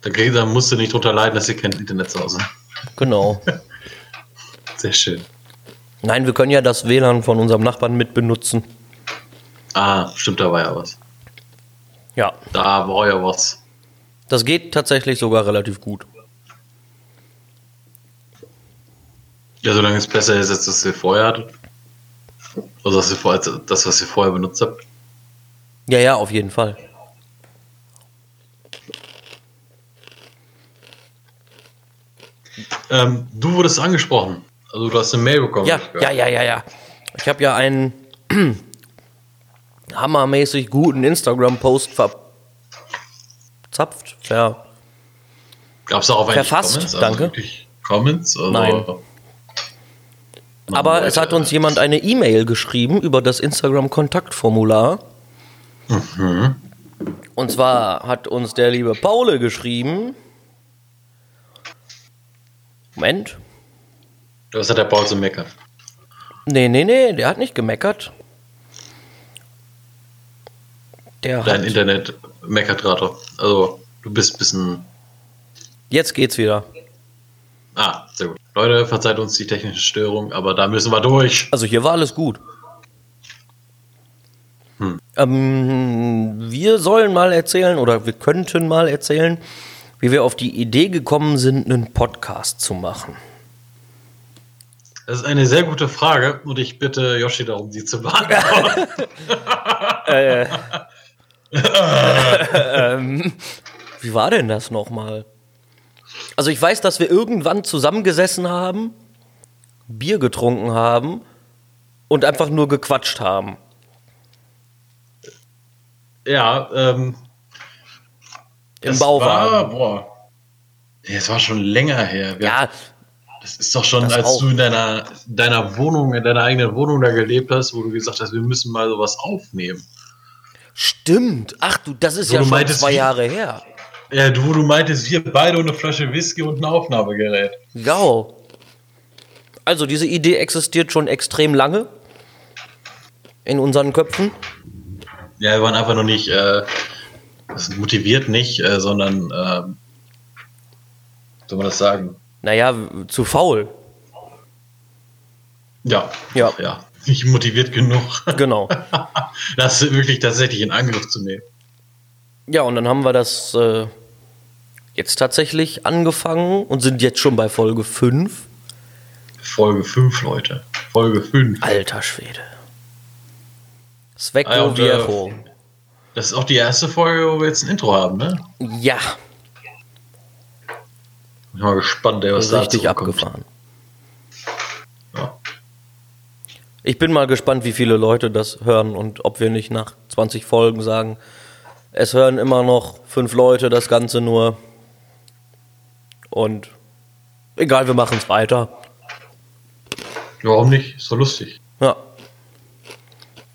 Speaker 2: Da kriegt- da musst du nicht drunter leiden, dass ihr kein Internet zu Hause habt.
Speaker 1: Genau.
Speaker 2: Sehr schön.
Speaker 1: Nein, wir können ja das WLAN von unserem Nachbarn mitbenutzen.
Speaker 2: Ah, stimmt, da war ja was.
Speaker 1: Ja.
Speaker 2: Da war ja was.
Speaker 1: Das geht tatsächlich sogar relativ gut.
Speaker 2: Ja, solange es besser ist, als das ihr vorher hattet. Oder das, ihr vorher, als das, was ihr vorher benutzt habt.
Speaker 1: Ja, ja, auf jeden Fall.
Speaker 2: Ähm, du wurdest angesprochen. Also du hast eine Mail bekommen.
Speaker 1: Ja,
Speaker 2: hab ich
Speaker 1: ja,
Speaker 2: gehört.
Speaker 1: ja, ja, ja. Ich habe ja einen hammermäßig guten Instagram-Post verzapft. Ver
Speaker 2: Gab es auch
Speaker 1: Verfasst,
Speaker 2: Comments?
Speaker 1: danke.
Speaker 2: Also wirklich Comments? Also,
Speaker 1: Nein.
Speaker 2: Mann,
Speaker 1: Aber es
Speaker 2: Leute,
Speaker 1: hat uns jemand eine E-Mail geschrieben über das Instagram-Kontaktformular. Und zwar hat uns der liebe Paule geschrieben. Moment.
Speaker 2: Das hat der Paul zu meckern.
Speaker 1: Nee, nee, nee, der hat nicht gemeckert. Der
Speaker 2: Dein
Speaker 1: hat.
Speaker 2: Internet meckert gerade. Also, du bist ein bisschen.
Speaker 1: Jetzt geht's wieder.
Speaker 2: Ah, sehr gut. Leute, verzeiht uns die technische Störung, aber da müssen wir durch.
Speaker 1: Also hier war alles gut.
Speaker 2: Hm.
Speaker 1: Ähm, wir sollen mal erzählen oder wir könnten mal erzählen, wie wir auf die Idee gekommen sind, einen Podcast zu machen.
Speaker 2: Das ist eine sehr gute Frage und ich bitte Yoshi darum, sie zu beantworten.
Speaker 1: Wie war denn das nochmal? Also ich weiß, dass wir irgendwann zusammengesessen haben, Bier getrunken haben und einfach nur gequatscht haben.
Speaker 2: ja, ähm.
Speaker 1: Im
Speaker 2: das
Speaker 1: Bauwagen.
Speaker 2: War, boah. Nee, Es war schon länger her. Wir-
Speaker 1: Ja,
Speaker 2: Das ist doch schon,
Speaker 1: Das
Speaker 2: als
Speaker 1: auch.
Speaker 2: du in deiner, deiner Wohnung, in deiner eigenen Wohnung da gelebt hast, wo du gesagt hast, wir müssen mal sowas aufnehmen.
Speaker 1: stimmt. Ach du, das ist
Speaker 2: So,
Speaker 1: ja
Speaker 2: du
Speaker 1: schon
Speaker 2: meintest,
Speaker 1: zwei
Speaker 2: wie-
Speaker 1: Jahre her.
Speaker 2: Ja, du, wo du meintest, wir beide und eine Flasche Whisky und ein Aufnahmegerät.
Speaker 1: Ja. Also diese Idee existiert schon extrem lange in unseren Köpfen.
Speaker 2: Ja, wir waren einfach noch nicht, äh, das motiviert nicht, äh, sondern, ähm, soll man das sagen?
Speaker 1: Naja, w- zu faul.
Speaker 2: Ja.
Speaker 1: Ja.
Speaker 2: Ja. Nicht motiviert genug,
Speaker 1: Genau.
Speaker 2: das wirklich tatsächlich in Angriff zu nehmen.
Speaker 1: Ja, und dann haben wir das äh, jetzt tatsächlich angefangen und sind jetzt schon bei Folge 5.
Speaker 2: Folge 5, Leute. Folge 5.
Speaker 1: Alter Schwede.
Speaker 2: Ah ja,
Speaker 1: Svecko
Speaker 2: und, äh,
Speaker 1: Viejo.
Speaker 2: Das ist auch die erste Folge, wo wir jetzt ein Intro haben, ne?
Speaker 1: Ja,
Speaker 2: Bin mal gespannt, ey, was
Speaker 1: Also
Speaker 2: da
Speaker 1: richtig
Speaker 2: zurückkommt.
Speaker 1: abgefahren.
Speaker 2: Ja.
Speaker 1: Ich bin mal gespannt, wie viele Leute das hören und ob wir nicht nach 20 Folgen sagen, es hören immer noch fünf Leute das Ganze nur. Und egal, wir machen es weiter.
Speaker 2: Ja, Warum nicht? Ist doch lustig.
Speaker 1: Ja.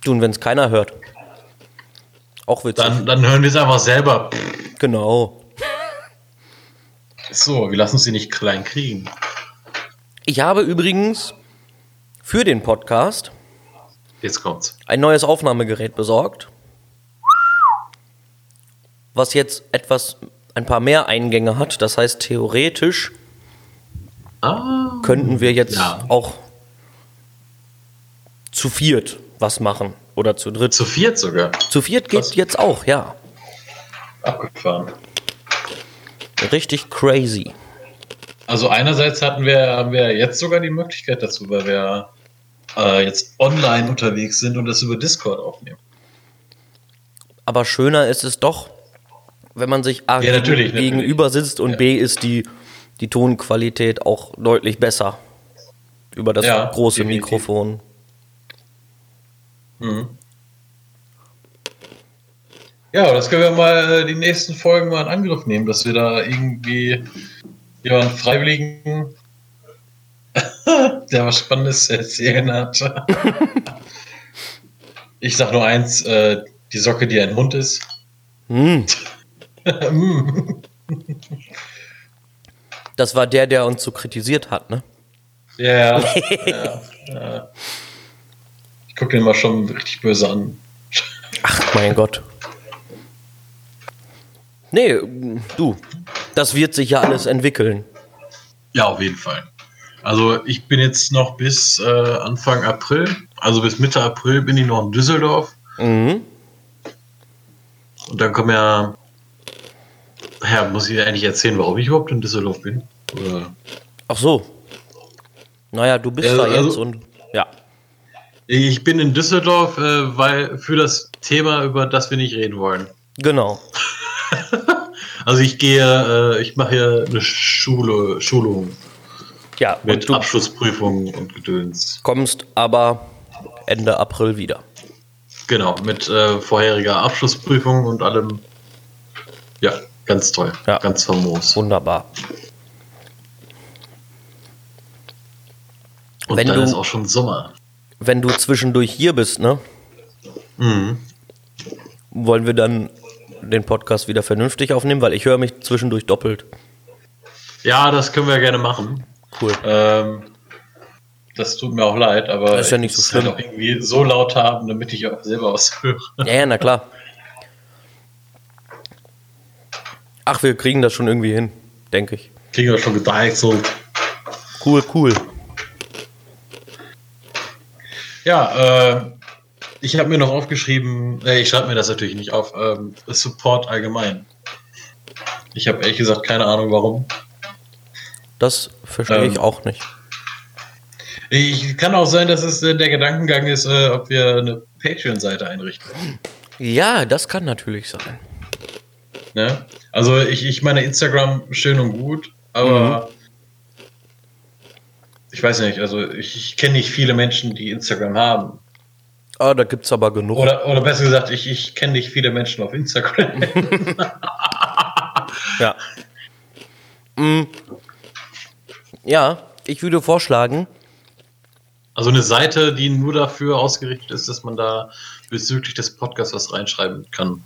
Speaker 1: Du, und wenn es keiner hört. Auch witzig.
Speaker 2: Dann, dann hören wir es einfach selber.
Speaker 1: Genau.
Speaker 2: So, wir lassen sie nicht klein kriegen.
Speaker 1: Ich habe übrigens für den Podcast
Speaker 2: Jetzt kommt's.
Speaker 1: ein neues Aufnahmegerät besorgt, was jetzt etwas ein paar mehr Eingänge hat. Das heißt, theoretisch
Speaker 2: Ah,
Speaker 1: könnten wir jetzt
Speaker 2: Ja.
Speaker 1: auch zu viert was machen oder zu dritt.
Speaker 2: zu viert sogar.
Speaker 1: Zu viert geht
Speaker 2: Krass.
Speaker 1: jetzt auch, ja.
Speaker 2: Abgefahren.
Speaker 1: Richtig crazy.
Speaker 2: Also einerseits hatten wir, haben wir jetzt sogar die Möglichkeit dazu, weil wir äh, jetzt online unterwegs sind und das über Discord aufnehmen.
Speaker 1: Aber schöner ist es doch, wenn man sich A
Speaker 2: Ja,
Speaker 1: gegen-
Speaker 2: natürlich, natürlich.
Speaker 1: gegenüber sitzt und
Speaker 2: Ja.
Speaker 1: B ist die, die Tonqualität auch deutlich besser über das
Speaker 2: Ja,
Speaker 1: große
Speaker 2: definitiv.
Speaker 1: Mikrofon.
Speaker 2: Mhm. Ja, das können wir mal äh, die nächsten Folgen mal in Angriff nehmen, dass wir da irgendwie jemanden Freiwilligen, der was Spannendes zu erzählen hat. ich sag nur eins, äh, die Socke, die ein Hund ist.
Speaker 1: Hm.
Speaker 2: Mm.
Speaker 1: Das war der, der uns so kritisiert hat, ne?
Speaker 2: ja, ja, ja, ja. Ich gucke den mal schon richtig böse an.
Speaker 1: Ach, mein Gott. Nee, du, das wird sich ja alles entwickeln.
Speaker 2: Ja, auf jeden Fall. Also ich bin jetzt noch bis äh, Anfang April, also bis Mitte April bin ich noch in Düsseldorf
Speaker 1: Mhm.
Speaker 2: und dann kommen ja, ja, muss ich eigentlich erzählen, warum ich überhaupt in Düsseldorf bin? Oder?
Speaker 1: Ach so. Naja, du bist
Speaker 2: Ja,
Speaker 1: da
Speaker 2: also-
Speaker 1: jetzt und ja.
Speaker 2: Ich bin in Düsseldorf, äh, weil für das Thema, über das wir nicht reden wollen.
Speaker 1: Genau.
Speaker 2: Also ich gehe, äh, ich mache hier eine Schule, Schulung
Speaker 1: Ja, und
Speaker 2: mit
Speaker 1: du
Speaker 2: Abschlussprüfungen und Gedöns.
Speaker 1: kommst aber Ende April wieder.
Speaker 2: Genau, mit äh, vorheriger Abschlussprüfung und allem. Ja, Ganz toll.
Speaker 1: Ja.
Speaker 2: Ganz famos.
Speaker 1: Wunderbar.
Speaker 2: Und
Speaker 1: Wenn
Speaker 2: dann
Speaker 1: du-
Speaker 2: ist auch schon Sommer.
Speaker 1: Wenn du zwischendurch hier bist, ne?
Speaker 2: Mhm.
Speaker 1: Wollen wir dann den Podcast wieder vernünftig aufnehmen, weil ich höre mich zwischendurch doppelt.
Speaker 2: Ja, das können wir gerne machen.
Speaker 1: Cool.
Speaker 2: Ähm, das tut mir auch leid, aber
Speaker 1: Das ist ja nicht
Speaker 2: ich
Speaker 1: so
Speaker 2: muss
Speaker 1: schlimm.
Speaker 2: Halt auch irgendwie so laut haben, damit ich auch selber was höre.
Speaker 1: Ja, ja, na klar. Ach, wir kriegen das schon irgendwie hin, denke ich.
Speaker 2: Kriegen wir schon gedeichselt.
Speaker 1: Cool, cool.
Speaker 2: Ja, äh, ich habe mir noch aufgeschrieben, äh, ich schreibe mir das natürlich nicht auf, ähm, Support allgemein. Ich habe ehrlich gesagt keine Ahnung warum.
Speaker 1: Das verstehe
Speaker 2: Ähm.
Speaker 1: ich auch nicht.
Speaker 2: Ich kann auch sein, dass es äh, der Gedankengang ist, äh, ob wir eine Patreon-Seite einrichten.
Speaker 1: Ja, das kann natürlich sein.
Speaker 2: Ne? Also ich, ich meine, Instagram schön und gut, aber Mhm. ich weiß nicht, also ich, ich kenne nicht viele Menschen, die Instagram haben.
Speaker 1: Ah, da gibt es aber genug.
Speaker 2: Oder, oder besser gesagt, ich, ich kenne nicht viele Menschen auf Instagram.
Speaker 1: Ja. Mm. Ja, ich würde vorschlagen,
Speaker 2: Also eine Seite, die nur dafür ausgerichtet ist, dass man da bezüglich des Podcasts was reinschreiben kann.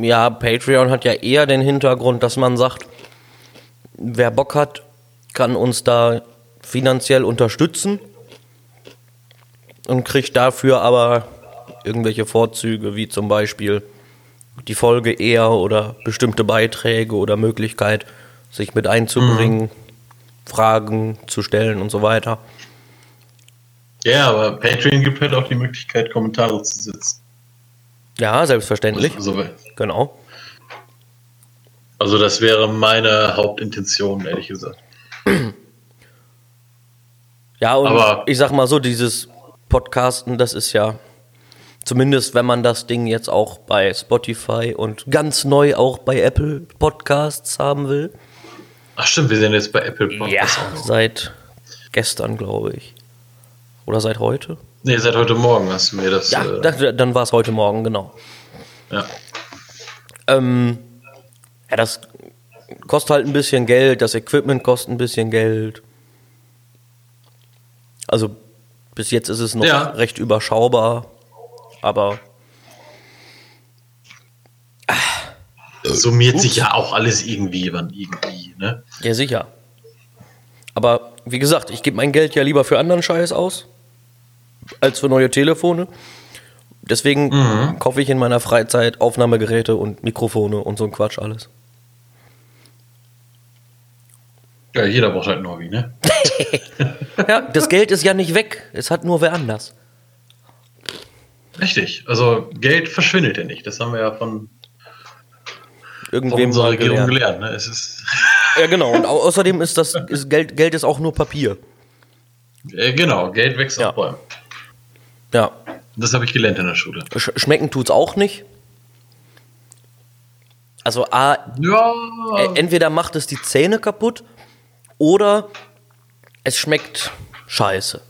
Speaker 1: ja, Patreon hat ja eher den Hintergrund, dass man sagt, wer Bock hat, kann uns da finanziell unterstützen und kriegt dafür aber irgendwelche Vorzüge, wie zum Beispiel die Folge eher oder bestimmte Beiträge oder Möglichkeit, sich mit einzubringen, Fragen zu stellen und so weiter.
Speaker 2: Ja, aber Patreon gibt halt auch die Möglichkeit, Kommentare zu setzen.
Speaker 1: Ja, selbstverständlich.
Speaker 2: Also,
Speaker 1: Genau.
Speaker 2: also das wäre meine Hauptintention, ehrlich gesagt.
Speaker 1: Ja, und
Speaker 2: Aber-
Speaker 1: ich sag mal so, dieses Podcasten, das ist ja, zumindest wenn man das Ding jetzt auch bei Spotify und ganz neu auch bei Apple Podcasts haben will.
Speaker 2: Ach stimmt, wir sind jetzt bei Apple Podcasts. auch noch.
Speaker 1: Seit gestern, glaube ich. Oder seit heute?
Speaker 2: Nee, seit heute Morgen hast du mir das.
Speaker 1: Ja,
Speaker 2: äh,
Speaker 1: das, dann war es heute Morgen, genau.
Speaker 2: ja.
Speaker 1: Ähm, ja, das kostet halt ein bisschen Geld, das Equipment kostet ein bisschen Geld. Also bis jetzt ist es noch
Speaker 2: Ja.
Speaker 1: recht überschaubar, aber
Speaker 2: summiert sich ja auch alles irgendwie, wann irgendwie, ne?
Speaker 1: ja sicher. Aber wie gesagt, ich gebe mein Geld ja lieber für anderen Scheiß aus, als für neue Telefone. Deswegen
Speaker 2: Mhm.
Speaker 1: kaufe ich in meiner Freizeit Aufnahmegeräte und Mikrofone und so ein Quatsch alles.
Speaker 2: Ja, jeder braucht halt ein Hobby, ne?
Speaker 1: Ja, das Geld ist ja nicht weg, es hat nur wer anders.
Speaker 2: Richtig. Also Geld verschwindet ja nicht. Das haben wir ja von, von
Speaker 1: Irgendwem
Speaker 2: unserer
Speaker 1: mal
Speaker 2: Regierung
Speaker 1: gelernt.
Speaker 2: gelernt. ne? Es ist
Speaker 1: Ja, genau. Und au außerdem ist das ist Geld, Geld ist auch nur Papier.
Speaker 2: äh, genau, Geld wächst
Speaker 1: Ja.
Speaker 2: auf Bäumen.
Speaker 1: Ja.
Speaker 2: Das habe ich gelernt in der Schule.
Speaker 1: Sch schmecken tut's auch nicht. Also A,
Speaker 2: Ja. Oh.
Speaker 1: e- entweder macht es die Zähne kaputt oder es schmeckt scheiße.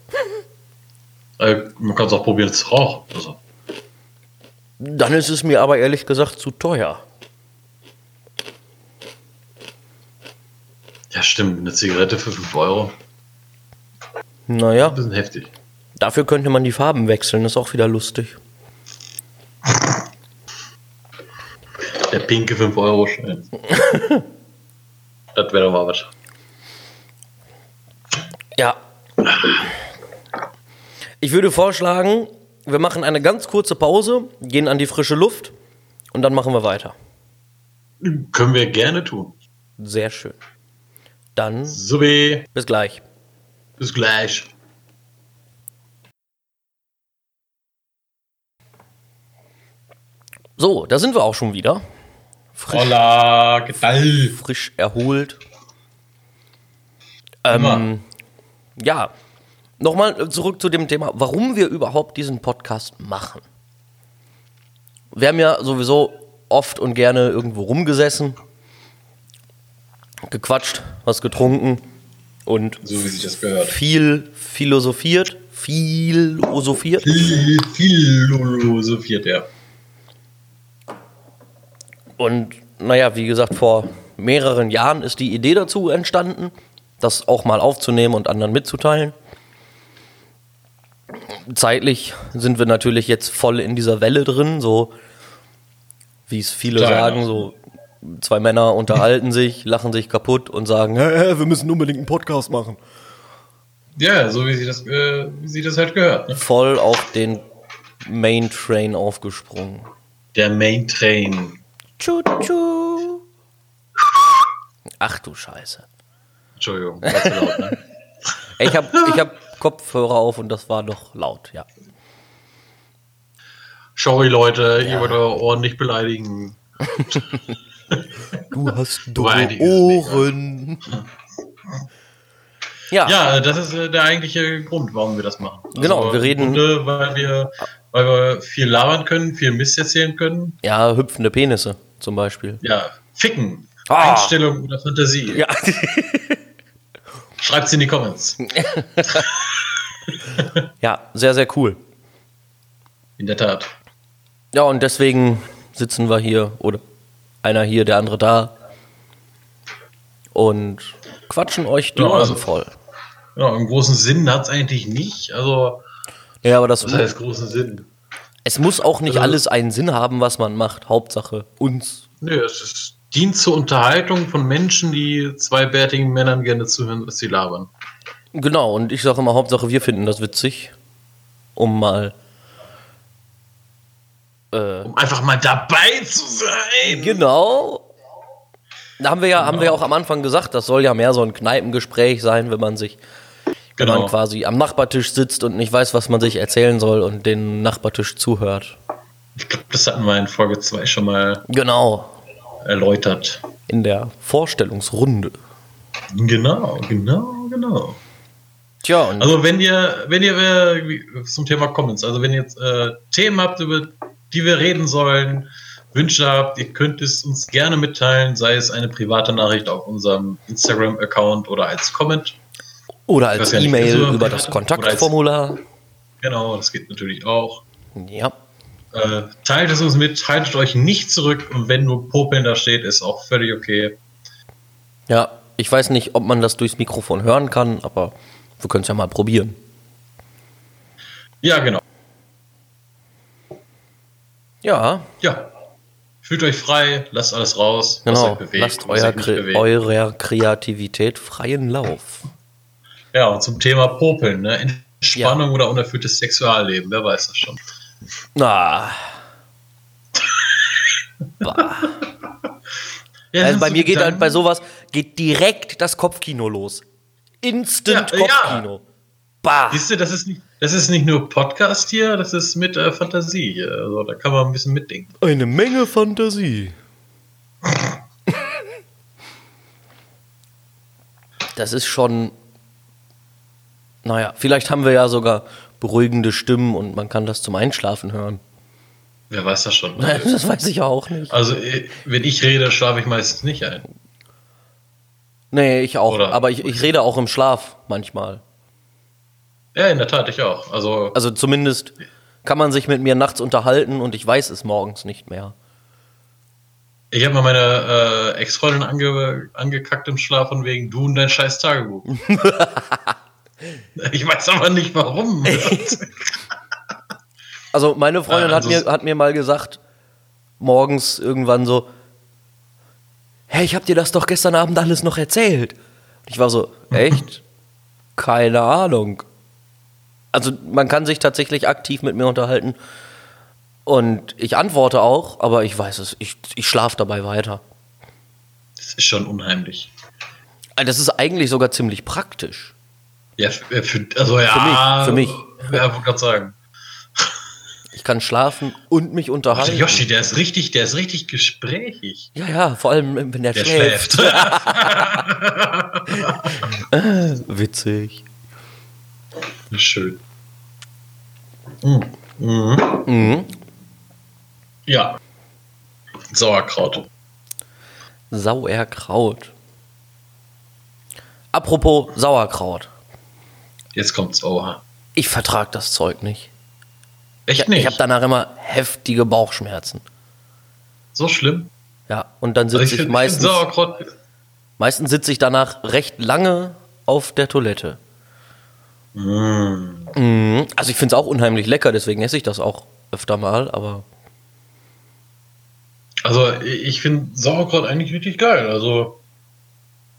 Speaker 2: Äh, man kann es auch probieren zu rauchen. Also,
Speaker 1: Dann ist es mir aber ehrlich gesagt zu teuer.
Speaker 2: ja, stimmt. Eine Zigarette für 5 Euro.
Speaker 1: Naja,
Speaker 2: Das ist heftig.
Speaker 1: dafür könnte man die Farben wechseln, ist auch wieder lustig.
Speaker 2: Der pinke 5 Euro Schein. das wäre doch mal was.
Speaker 1: Ja. Ich würde vorschlagen, wir machen eine ganz kurze Pause, gehen an die frische Luft und dann machen wir weiter.
Speaker 2: Können wir gerne tun.
Speaker 1: Sehr schön. Dann
Speaker 2: So wie.
Speaker 1: bis gleich.
Speaker 2: Bis gleich.
Speaker 1: So, da sind wir auch schon wieder. Frisch,
Speaker 2: Hola, Gedall.
Speaker 1: frisch erholt.
Speaker 2: Immer.
Speaker 1: Ähm, ja, nochmal zurück zu dem Thema, warum wir überhaupt diesen Podcast machen. Wir haben ja sowieso oft und gerne irgendwo rumgesessen, gequatscht, was getrunken und
Speaker 2: So wie sich das gehört.
Speaker 1: viel philosophiert, philosophiert.
Speaker 2: Philosophiert, ja.
Speaker 1: Und naja, wie gesagt, vor mehreren Jahren ist die Idee dazu entstanden, das auch mal aufzunehmen und anderen mitzuteilen. Zeitlich sind wir natürlich jetzt voll in dieser Welle drin, so wie es viele
Speaker 2: Klar,
Speaker 1: sagen,
Speaker 2: ja.
Speaker 1: so zwei Männer unterhalten sich, lachen sich kaputt und sagen, "Hä, hä, wir müssen unbedingt einen Podcast machen.
Speaker 2: Ja, so wie sie das, äh, wie sie das halt gehört. Ne?
Speaker 1: Voll auf den Main Train aufgesprungen.
Speaker 2: Der Main Train.
Speaker 1: Tschu-tschu. Ach du Scheiße.
Speaker 2: Entschuldigung, war zu laut, ne?
Speaker 1: Ey, Ich habe ich hab Kopfhörer auf und das war doch laut, ja.
Speaker 2: Sorry, Leute, ihr wollt eure Ohren nicht beleidigen.
Speaker 1: Du hast
Speaker 2: Wobei, die ist
Speaker 1: Ohren. Ja,
Speaker 2: Ja, das ist äh, der eigentliche Grund, warum wir das machen. Also
Speaker 1: Genau, wir reden-
Speaker 2: im Grunde, weil, wir, weil wir viel labern können, viel Mist erzählen können.
Speaker 1: ja, hüpfende Penisse zum Beispiel.
Speaker 2: Ja, ficken.
Speaker 1: Ah.
Speaker 2: Einstellung oder Fantasie.
Speaker 1: Ja.
Speaker 2: Schreibt's in die Comments.
Speaker 1: ja, sehr, sehr cool.
Speaker 2: In der Tat.
Speaker 1: Ja, und deswegen sitzen wir hier, oder einer hier, der andere da. Und quatschen euch die
Speaker 2: Ja,
Speaker 1: Ohren
Speaker 2: also-
Speaker 1: voll.
Speaker 2: Ja, im Genau, großen Sinn hat's eigentlich nicht. Also,
Speaker 1: Ja, aber das, also
Speaker 2: was heißt großen Sinn?
Speaker 1: es muss auch nicht alles einen Sinn haben, was man macht. Hauptsache uns.
Speaker 2: Nö, es ist, dient zur Unterhaltung von Menschen, die zwei bärtigen Männern gerne zuhören, was sie labern.
Speaker 1: Genau, und ich sage immer, Hauptsache wir finden das witzig. Um mal äh,
Speaker 2: Um einfach mal dabei zu sein.
Speaker 1: Genau. Da haben wir ja, haben wir ja auch am Anfang gesagt, das soll ja mehr so ein Kneipengespräch sein, wenn man sich wenn
Speaker 2: Genau.
Speaker 1: man quasi am Nachbartisch sitzt und nicht weiß, was man sich erzählen soll und den Nachbartisch zuhört.
Speaker 2: Ich glaube, das hatten wir in Folge 2 schon mal
Speaker 1: Genau.
Speaker 2: erläutert.
Speaker 1: In der Vorstellungsrunde.
Speaker 2: Genau, genau, genau.
Speaker 1: Tja, und
Speaker 2: Also wenn ihr, wenn ihr äh, wie- zum Thema Comments, also wenn ihr jetzt äh, Themen habt, über die wir reden sollen, Wünsche habt, ihr könnt es uns gerne mitteilen, sei es eine private Nachricht auf unserem Instagram-Account oder als Comment.
Speaker 1: oder als
Speaker 2: weiß ja nicht,
Speaker 1: E-Mail
Speaker 2: ist so-
Speaker 1: über das
Speaker 2: oder als-
Speaker 1: Kontaktformular.
Speaker 2: Genau, das geht natürlich auch.
Speaker 1: Ja.
Speaker 2: Äh, teilt es uns mit, haltet euch nicht zurück und wenn nur Popeln da steht, ist auch völlig okay.
Speaker 1: Ja, ich weiß nicht, ob man das durchs Mikrofon hören kann, aber wir können es ja mal probieren.
Speaker 2: Ja, genau.
Speaker 1: Ja,
Speaker 2: Ja. Fühlt euch frei, lasst alles raus, was
Speaker 1: genau.
Speaker 2: euch bewegt.
Speaker 1: Lasst
Speaker 2: was
Speaker 1: euer,
Speaker 2: euch nicht
Speaker 1: Kre
Speaker 2: bewegt.
Speaker 1: eurer Kreativität freien Lauf.
Speaker 2: Ja, und zum Thema Popeln, ne? Entspannung oder unerfülltes Sexualleben, wer weiß das schon.
Speaker 1: Na. Bah.
Speaker 2: Ja,
Speaker 1: Also bei
Speaker 2: so
Speaker 1: mir geht halt
Speaker 2: Gedanken-
Speaker 1: bei sowas geht direkt das Kopfkino los. Instant
Speaker 2: Ja, ja.
Speaker 1: Kopfkino. Bah.
Speaker 2: Siehst du, das ist nicht, das ist nicht nur Podcast hier, das ist mit äh, Fantasie. hier. Also da kann man ein bisschen mitdenken.
Speaker 1: Eine Menge Fantasie. Das ist schon. Naja, vielleicht haben wir ja sogar beruhigende Stimmen und man kann das zum Einschlafen hören.
Speaker 2: Wer weiß das schon. Ne?
Speaker 1: Das weiß ich ja auch nicht.
Speaker 2: Also, äh, wenn ich rede, schlafe ich meistens nicht ein.
Speaker 1: Nee, ich auch.
Speaker 2: Oder-
Speaker 1: Aber ich, ich rede auch im Schlaf manchmal.
Speaker 2: Ja, in der Tat, ich auch. Also,
Speaker 1: Also zumindest kann man sich mit mir nachts unterhalten und ich weiß es morgens nicht mehr.
Speaker 2: ich habe mal meine äh, Ex-Freundin ange, angekackt im Schlaf von wegen du und dein scheiß Tagebuch. ich weiß aber nicht warum.
Speaker 1: Also meine Freundin
Speaker 2: Ah, also
Speaker 1: hat,
Speaker 2: es-
Speaker 1: mir, hat mir mal gesagt, morgens irgendwann so, hey, ich hab dir das doch gestern Abend alles noch erzählt. Und ich war so, echt? Keine Ahnung. Also man kann sich tatsächlich aktiv mit mir unterhalten und ich antworte auch, aber ich weiß es, ich, ich schlafe dabei weiter.
Speaker 2: das ist schon unheimlich.
Speaker 1: Also Das ist eigentlich sogar ziemlich praktisch.
Speaker 2: Ja, für, für- also ja.
Speaker 1: für mich.
Speaker 2: Ja, wollte gerade sagen.
Speaker 1: Ich kann schlafen und mich
Speaker 2: Ach, der
Speaker 1: unterhalten.
Speaker 2: Also Yoshi, der ist richtig, der ist richtig gesprächig.
Speaker 1: Ja, ja, vor allem, wenn er
Speaker 2: Der
Speaker 1: schläft.
Speaker 2: schläft.
Speaker 1: Witzig.
Speaker 2: Schön. Mhm. Mhm. Ja. Sauerkraut.
Speaker 1: Sauerkraut. Apropos Sauerkraut.
Speaker 2: Jetzt kommt's. Oha.
Speaker 1: Ich vertrag das Zeug nicht.
Speaker 2: Echt
Speaker 1: Ich
Speaker 2: nicht?
Speaker 1: habe danach immer heftige Bauchschmerzen.
Speaker 2: so schlimm?
Speaker 1: Ja, und dann sitze
Speaker 2: Also ich
Speaker 1: ich,
Speaker 2: finde
Speaker 1: meistens,
Speaker 2: Sauerkraut.
Speaker 1: meistens sitze ich danach recht lange auf der Toilette.
Speaker 2: Mm.
Speaker 1: Mhm. Also ich finde es auch unheimlich lecker, deswegen esse ich das auch öfter mal, aber
Speaker 2: Also ich finde Sauerkraut eigentlich richtig geil. Also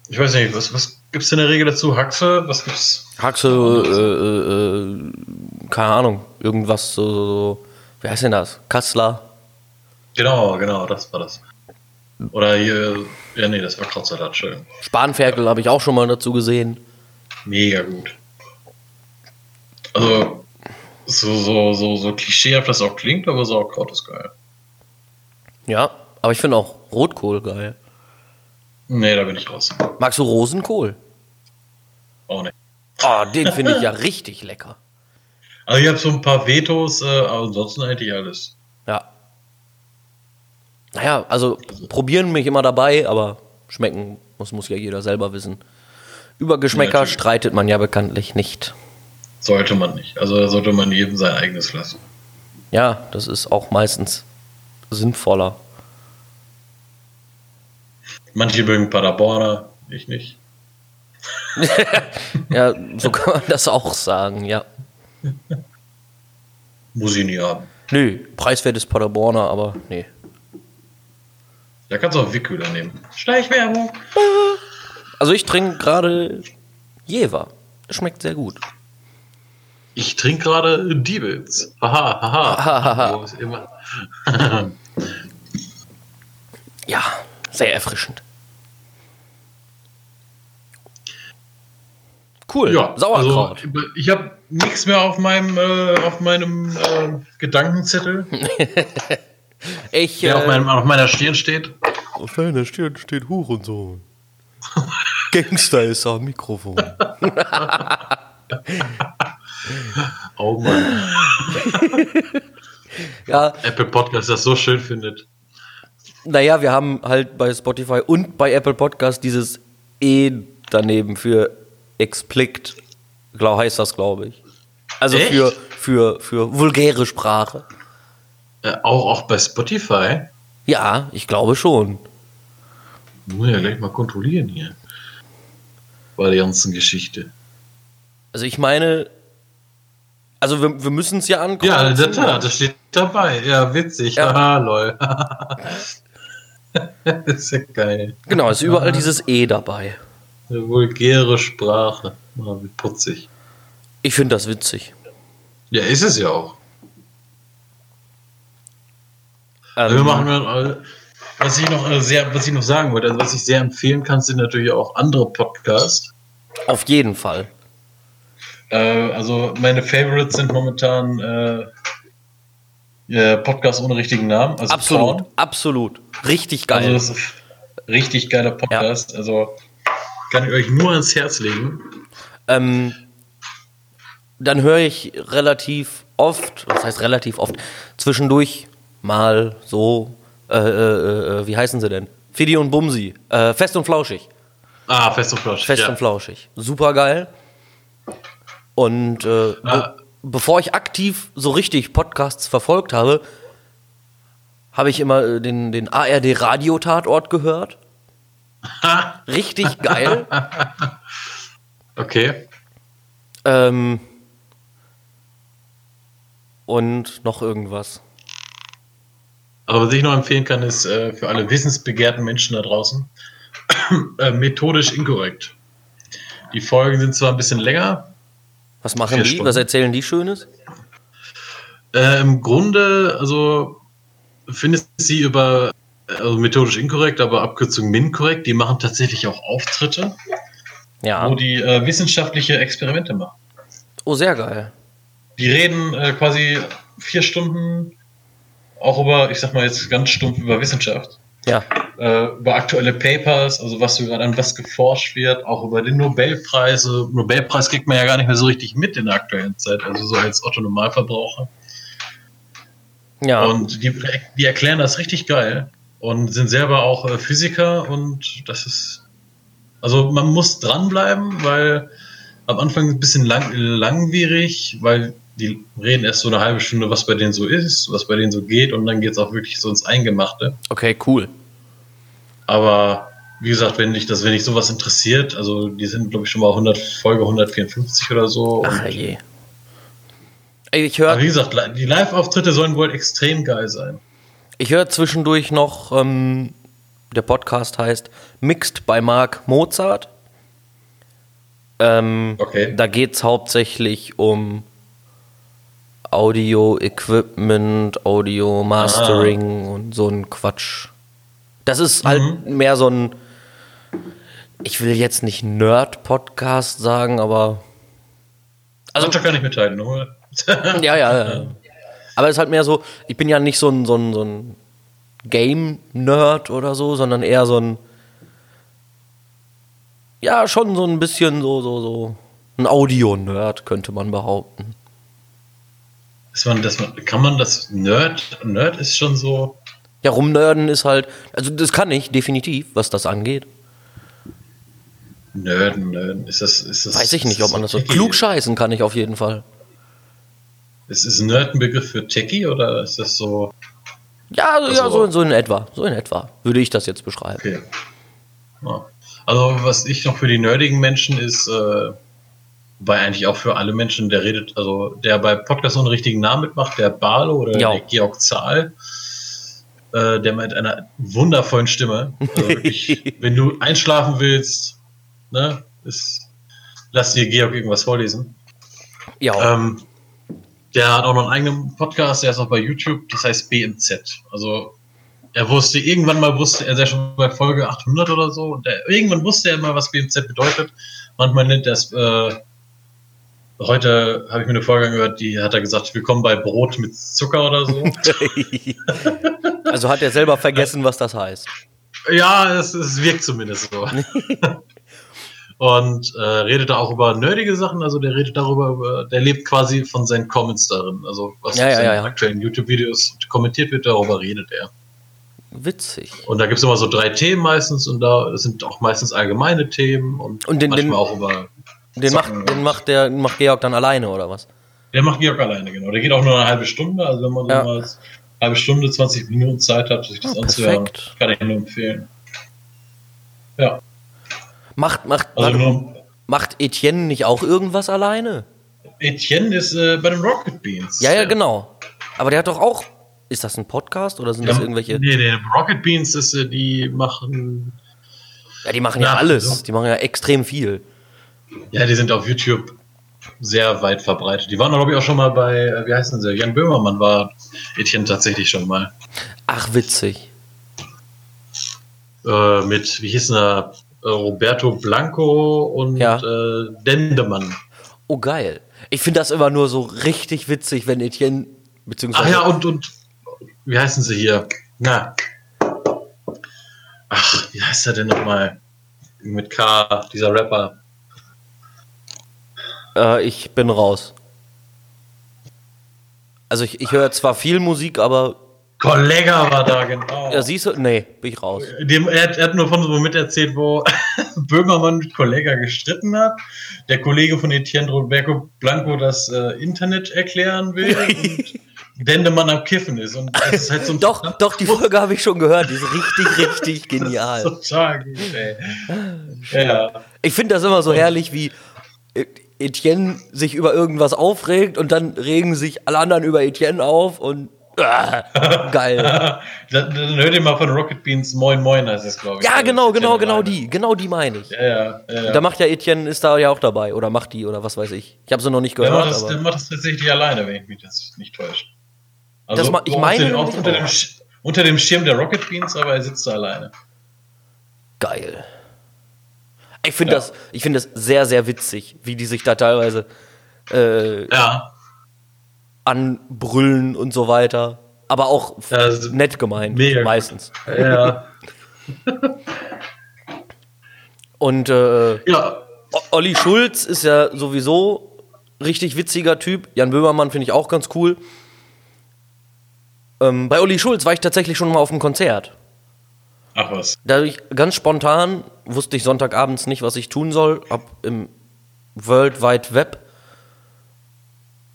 Speaker 2: ich weiß nicht, was, was gibt's denn in der Regel dazu? Haxe? Was gibt's?
Speaker 1: Haxe, äh, äh, äh, keine Ahnung, irgendwas so, so, so, wie heißt denn das? Kassler.
Speaker 2: Genau, genau, das war das. Oder hier, ja nee, das war Krautsalat, schön.
Speaker 1: Spanferkel habe ich auch schon mal dazu gesehen.
Speaker 2: Mega gut. Also so, so, so, so klischeehaft das auch klingt, aber Sauerkraut ist geil.
Speaker 1: Ja, aber ich finde auch Rotkohl geil.
Speaker 2: Nee, da bin ich raus.
Speaker 1: Magst du Rosenkohl?
Speaker 2: Auch nicht.
Speaker 1: Oh, den finde ich ja richtig lecker.
Speaker 2: Also ich habe so ein paar Vetos, äh, aber ansonsten eigentlich alles.
Speaker 1: Ja. Naja, also probieren mich immer dabei, aber schmecken muss, muss ja jeder selber wissen. Über Geschmäcker
Speaker 2: Natürlich.
Speaker 1: streitet man ja bekanntlich nicht.
Speaker 2: Sollte man nicht. Also da sollte man jedem sein eigenes lassen.
Speaker 1: Ja, das ist auch meistens sinnvoller.
Speaker 2: Manche mögen Paderborner, ich nicht.
Speaker 1: Ja, so kann man das auch sagen, ja.
Speaker 2: Muss ich nie haben.
Speaker 1: Nö, preiswert ist Paderborner, aber nee.
Speaker 2: Da kannst du auch Wickhühler nehmen. Schleichwerbung.
Speaker 1: Also ich trinke gerade Jever. Das schmeckt sehr gut.
Speaker 2: Ich trinke gerade Diebels. Haha, haha. Wo ist immer-
Speaker 1: Ja, sehr erfrischend. Cool,
Speaker 2: ja,
Speaker 1: Sauerkraut.
Speaker 2: Also, ich habe nichts mehr auf meinem, äh, auf meinem äh, Gedankenzettel,
Speaker 1: ich,
Speaker 2: der auf,
Speaker 1: äh,
Speaker 2: meinem, auf meiner Stirn steht.
Speaker 3: Auf deiner Stirn steht Hurensohn. Gangster ist am Mikrofon.
Speaker 2: Oh Mann.
Speaker 1: ja,
Speaker 2: Apple Podcast das so schön findet.
Speaker 1: naja, wir haben halt bei Spotify und bei Apple Podcast dieses E daneben für explicit, glaub, heißt das, glaube ich. Also
Speaker 2: Echt?
Speaker 1: für, für, für vulgäre Sprache.
Speaker 2: Äh, auch, auch bei Spotify.
Speaker 1: Ja, ich glaube schon.
Speaker 2: Muss ja gleich mal kontrollieren hier. Bei der ganzen Geschichte.
Speaker 1: Also ich meine, also wir, wir müssen es ja angucken.
Speaker 2: Ja, in der Tat, das steht dabei. Ja, witzig.
Speaker 1: Ja.
Speaker 2: Haha, lol. das ist ja geil.
Speaker 1: Genau, ist überall dieses E dabei.
Speaker 2: Eine vulgäre Sprache. Ah, wie putzig.
Speaker 1: Ich finde das witzig.
Speaker 2: Ja, ist es ja auch.
Speaker 1: Ähm,
Speaker 2: Wir machen äh, was ich noch äh, sehr, was ich noch sagen wollte, also was ich sehr empfehlen kann, sind natürlich auch andere Podcasts.
Speaker 1: Auf jeden Fall.
Speaker 2: Äh, also meine Favorites sind momentan äh, äh, Podcasts ohne richtigen Namen. Also
Speaker 1: Absolut,
Speaker 2: Porn.
Speaker 1: absolut. Richtig geil.
Speaker 2: Also das ist ein richtig geiler Podcast. Also kann ich euch nur ans Herz legen.
Speaker 1: ähm, dann höre ich relativ oft, was heißt relativ oft, zwischendurch mal so, äh, äh, äh, wie heißen sie denn? Fidi und Bumsi. Äh, fest und flauschig.
Speaker 2: Ah, Fest und Flausch.
Speaker 1: Fest
Speaker 2: ja.
Speaker 1: und flauschig. Super geil. Und äh, be
Speaker 2: Ah.
Speaker 1: bevor ich aktiv so richtig Podcasts verfolgt habe, habe ich immer äh, den, den ARD Radio Tatort gehört. Richtig geil.
Speaker 2: Okay.
Speaker 1: ähm, und noch irgendwas.
Speaker 2: Aber was ich noch empfehlen kann, ist äh, für alle wissensbegehrten Menschen da draußen äh, methodisch inkorrekt. Die Folgen sind zwar ein bisschen länger.
Speaker 1: Was machen
Speaker 2: Vier
Speaker 1: die?
Speaker 2: Stunden.
Speaker 1: Was erzählen die Schönes?
Speaker 2: Äh, Im Grunde, also findest du sie über also methodisch inkorrekt, aber Abkürzung MIN-korrekt. Die machen tatsächlich auch Auftritte,
Speaker 1: Ja.
Speaker 2: wo die äh, wissenschaftliche Experimente machen.
Speaker 1: Oh, sehr geil.
Speaker 2: Die reden äh, quasi vier Stunden auch über, ich sag mal jetzt ganz stumpf, über Wissenschaft,
Speaker 1: Ja.
Speaker 2: äh, über aktuelle Papers, also was so gerade an was geforscht wird, auch über den Nobelpreis. Also Nobelpreis kriegt man ja gar nicht mehr so richtig mit in der aktuellen Zeit, also so als Otto Normalverbraucher.
Speaker 1: Ja.
Speaker 2: Und die, die erklären das richtig geil und sind selber auch äh, Physiker und das ist, also man muss dranbleiben, weil am Anfang ein bisschen lang, langwierig, weil die reden erst so eine halbe Stunde, was bei denen so ist, was bei denen so geht und dann geht es auch wirklich so ins Eingemachte.
Speaker 1: Okay, cool.
Speaker 2: Aber wie gesagt, wenn dich das, wenn dich sowas interessiert, also die sind, glaube ich, schon mal 100, Folge 154 oder so. Und, Also
Speaker 1: Ach je. Ey, Ich
Speaker 2: aber wie
Speaker 1: höre
Speaker 2: gesagt, li- die Live-Auftritte sollen wohl extrem geil sein.
Speaker 1: ich hör zwischendurch noch, ähm, der Podcast heißt Mixed bei Mark Mozart. Ähm,
Speaker 2: Okay.
Speaker 1: Da geht es hauptsächlich um Audio-Equipment, Audio-Mastering und so ein Quatsch. Das ist halt mehr so ein, ich will jetzt nicht Nerd-Podcast sagen, aber
Speaker 2: Also da kann ich mitteilen, oder?
Speaker 1: ja, ja, ja. Aber es ist halt mehr so, ich bin ja nicht so ein, so ein, so ein Game-Nerd oder so, sondern eher so ein. Ja, schon so ein bisschen so, so, so. Ein Audio-Nerd, könnte man behaupten.
Speaker 2: Ist man, dass man, kann man das Nerd? Nerd ist schon so.
Speaker 1: Ja, rumnerden ist halt. Also, das kann ich definitiv, was das angeht.
Speaker 2: Nerd, Nerd. Ist das, ist das,
Speaker 1: Weiß ich nicht,
Speaker 2: ist
Speaker 1: ob man das so.
Speaker 2: Techie?
Speaker 1: Klugscheißen kann ich auf jeden Fall.
Speaker 2: Ist, ist Nerd ein Begriff für Techie oder ist das so.
Speaker 1: Ja, so, ja
Speaker 2: Also-
Speaker 1: so, so in etwa. So in etwa würde ich das jetzt beschreiben.
Speaker 2: Okay. Ja. Also, was ich noch für die nerdigen Menschen ist, äh, wobei eigentlich auch für alle Menschen, der redet, also der bei Podcast ohne richtigen Namen mitmacht, der Barlo oder
Speaker 1: Ja.
Speaker 2: der Georg Zahl, äh, der mit einer wundervollen Stimme, also wirklich, wenn du einschlafen willst, ne, ist, lass dir Georg irgendwas vorlesen.
Speaker 1: Ja.
Speaker 2: Ähm, der hat auch noch einen eigenen Podcast, der ist auch bei YouTube, das heißt BMZ. Also er wusste, irgendwann mal wusste er, der schon bei Folge 800 oder so, und der, irgendwann wusste er mal, was BMZ bedeutet. Manchmal nennt er es, äh, heute habe ich mir eine Folge angehört, die hat er gesagt, willkommen bei Brot mit Zucker oder so.
Speaker 1: also hat er selber vergessen, was das heißt.
Speaker 2: Ja, es, es wirkt zumindest so. Und äh, redet da auch über nerdige Sachen, also der redet darüber, über, der lebt quasi von seinen Comments darin, also was
Speaker 1: Ja,
Speaker 2: auf
Speaker 1: ja,
Speaker 2: seinen
Speaker 1: ja, ja.
Speaker 2: aktuellen YouTube-Videos kommentiert wird, darüber redet er.
Speaker 1: Witzig.
Speaker 2: Und da gibt's immer so drei Themen meistens und da das sind auch meistens allgemeine Themen und,
Speaker 1: Und den-
Speaker 2: manchmal
Speaker 1: den-
Speaker 2: auch über.
Speaker 1: Den macht,
Speaker 2: Zocken.
Speaker 1: den macht der macht Georg dann alleine oder was?
Speaker 2: Der macht Georg alleine, genau. Der geht auch nur eine halbe Stunde, also wenn man
Speaker 1: Ja.
Speaker 2: so mal eine halbe Stunde, 20 Minuten Zeit hat, sich das
Speaker 1: Ah,
Speaker 2: anzuhören,
Speaker 1: perfekt.
Speaker 2: kann ich nur empfehlen. Ja,
Speaker 1: Macht macht
Speaker 2: also
Speaker 1: macht-
Speaker 2: nur,
Speaker 1: macht Etienne nicht auch irgendwas alleine?
Speaker 2: Etienne ist äh, bei den Rocket Beans.
Speaker 1: Ja, ja, genau. Aber der hat doch auch ist das ein Podcast oder sind das
Speaker 2: Ja,
Speaker 1: irgendwelche
Speaker 2: Nee, nee, Rocket Beans ist, äh, die machen.
Speaker 1: Ja, die machen ja,
Speaker 2: Ja,
Speaker 1: alles.
Speaker 2: ja.
Speaker 1: Die machen ja extrem viel.
Speaker 2: Ja, die sind auf YouTube sehr weit verbreitet. Die waren, glaube ich, auch schon mal bei, äh, wie heißen sie? Jan Böhmermann war Etienne tatsächlich schon mal.
Speaker 1: Ach witzig.
Speaker 2: Äh, mit, wie hieß denn er? Äh, Roberto Blanco und
Speaker 1: Ja.
Speaker 2: äh, Dendemann.
Speaker 1: Oh geil. Ich finde das immer nur so richtig witzig, wenn Etienne
Speaker 2: Ach
Speaker 1: beziehungsweise
Speaker 2: ja, und, und wie heißen sie hier? Na. Ach, wie heißt er denn nochmal? Mit K, dieser Rapper.
Speaker 1: äh, ich bin raus. Also ich, ich höre zwar viel Musik, aber
Speaker 2: Kollega war da, genau.
Speaker 1: ja, siehst du, nee, bin ich raus.
Speaker 2: Dem, er, hat, er hat nur von so einem miterzählt, wo Böhmermann mit Kollega gestritten hat. Der Kollege von Etienne Roberto Blanco das äh, Internet erklären will. und Dendemann am Kiffen ist. Und das ist halt so ein
Speaker 1: Doch, doch, die Folge habe ich schon gehört. Die ist richtig, richtig
Speaker 2: Das ist
Speaker 1: genial.
Speaker 2: total gut, ey. Ja,
Speaker 1: Ich finde das immer so herrlich, wie äh, Etienne sich über irgendwas aufregt und dann regen sich alle anderen über Etienne auf und äh, geil.
Speaker 2: ja. Dann, dann hört ihr mal von Rocket Beans Moin Moin, heißt es, glaube ich.
Speaker 1: Ja,
Speaker 2: Also
Speaker 1: genau,
Speaker 2: Etienne
Speaker 1: genau, genau
Speaker 2: alleine.
Speaker 1: die. Genau die meine ich.
Speaker 2: Ja, ja, ja. ja.
Speaker 1: Da macht ja Etienne, ist da ja auch dabei oder macht die oder was weiß ich. Ich habe sie noch nicht
Speaker 2: Der macht,
Speaker 1: gehört,
Speaker 2: das, der
Speaker 1: aber
Speaker 2: macht das tatsächlich alleine, wenn ich mich das nicht täusche. Also,
Speaker 1: Das ma- ich
Speaker 2: so
Speaker 1: meine
Speaker 2: unter,
Speaker 1: nämlich
Speaker 2: auch unter,
Speaker 1: auch.
Speaker 2: dem, Sch- unter dem Schirm der Rocket Beans, aber er sitzt da alleine.
Speaker 1: geil. Ich finde das, ich finde das sehr, sehr witzig, wie die sich da teilweise äh,
Speaker 2: Ja,
Speaker 1: anbrüllen und so weiter. Aber auch
Speaker 2: Ja, das ist
Speaker 1: nett gemeint,
Speaker 2: mega gut.
Speaker 1: meistens.
Speaker 2: ja.
Speaker 1: Und äh,
Speaker 2: ja.
Speaker 1: O- Olli Schulz ist ja sowieso richtig witziger Typ. Jan Böhmermann finde ich auch ganz cool. Ähm, bei Olli Schulz war ich tatsächlich schon mal auf einem Konzert.
Speaker 2: Ach was.
Speaker 1: Dadurch ganz spontan wusste ich Sonntagabends nicht, was ich tun soll. Hab im World Wide Web,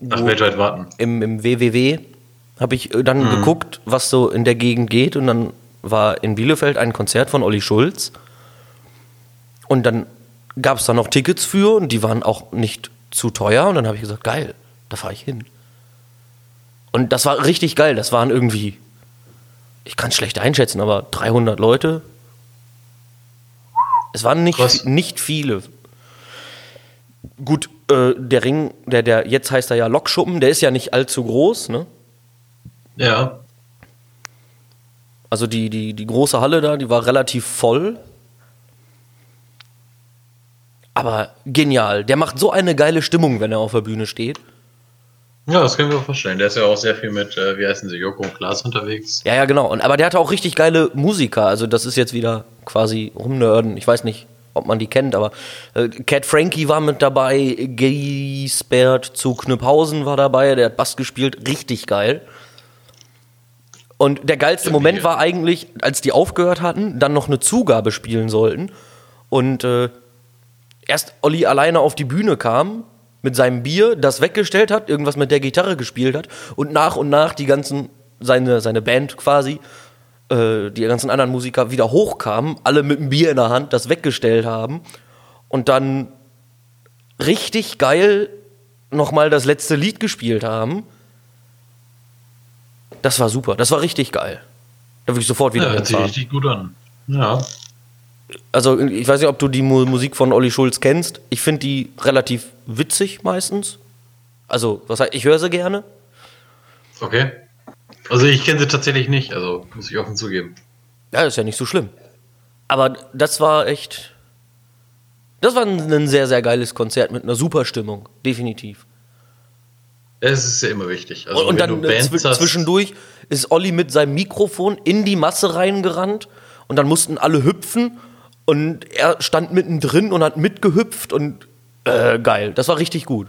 Speaker 2: Ach, weltweit warten.
Speaker 1: im, im WWW, habe ich äh, dann geguckt, was so in der Gegend geht. Und dann war in Bielefeld ein Konzert von Olli Schulz. Und dann gab es da noch Tickets für und die waren auch nicht zu teuer. Und dann habe ich gesagt, geil, da fahre ich hin. Und das war richtig geil. Das waren irgendwie, ich kann es schlecht einschätzen, aber 300 Leute. Es waren
Speaker 2: Krass.
Speaker 1: nicht, nicht viele. Gut, äh, der Ring, der, der jetzt heißt er ja Lokschuppen, der ist ja nicht allzu groß, ne?
Speaker 2: Ja.
Speaker 1: Also die, die, die große Halle da, die war relativ voll. Aber genial. Der macht so eine geile Stimmung, wenn er auf der Bühne steht.
Speaker 2: Ja, das können wir vorstellen. Der ist ja auch sehr viel mit, äh, wie heißen sie, Joko und Klaas unterwegs.
Speaker 1: Ja, ja, genau. Und, aber der hatte auch richtig geile Musiker. Also das ist jetzt wieder quasi rumnörden. Ich weiß nicht, ob man die kennt, aber äh, Cat Frankie war mit dabei, Giesbert zu Knüpphausen war dabei, der hat Bass gespielt, richtig geil. Und der geilste
Speaker 2: Ja,
Speaker 1: Moment
Speaker 2: mega.
Speaker 1: war eigentlich, als die aufgehört hatten, dann noch eine Zugabe spielen sollten. Und äh, erst Olli alleine auf die Bühne kam, mit seinem Bier, das weggestellt hat, irgendwas mit der Gitarre gespielt hat und nach und nach die ganzen, seine, seine Band quasi, äh, die ganzen anderen Musiker wieder hochkamen, alle mit dem Bier in der Hand, das weggestellt haben und dann richtig geil nochmal das letzte Lied gespielt haben. Das war super, das war richtig geil. Da würde ich sofort wieder
Speaker 2: Ja, hört sich
Speaker 1: hinfahren.
Speaker 2: richtig gut an. Ja.
Speaker 1: Also ich weiß nicht, ob du die Mu Musik von Olli Schulz kennst. Ich finde die relativ witzig meistens. Also, was heißt, ich höre sie gerne.
Speaker 2: Okay. Also ich kenne sie tatsächlich nicht, also muss ich offen zugeben.
Speaker 1: Ja, ist ja nicht so schlimm. Aber das war echt. Das war ein ein sehr, sehr geiles Konzert mit einer super Stimmung. Definitiv.
Speaker 2: Es ist ja immer wichtig. Also
Speaker 1: Und, und dann äh,
Speaker 2: Bands
Speaker 1: zw
Speaker 2: hast-
Speaker 1: zwischendurch ist Olli mit seinem Mikrofon in die Masse reingerannt und dann mussten alle hüpfen und er stand mittendrin und hat mitgehüpft und äh, geil. Das war richtig gut.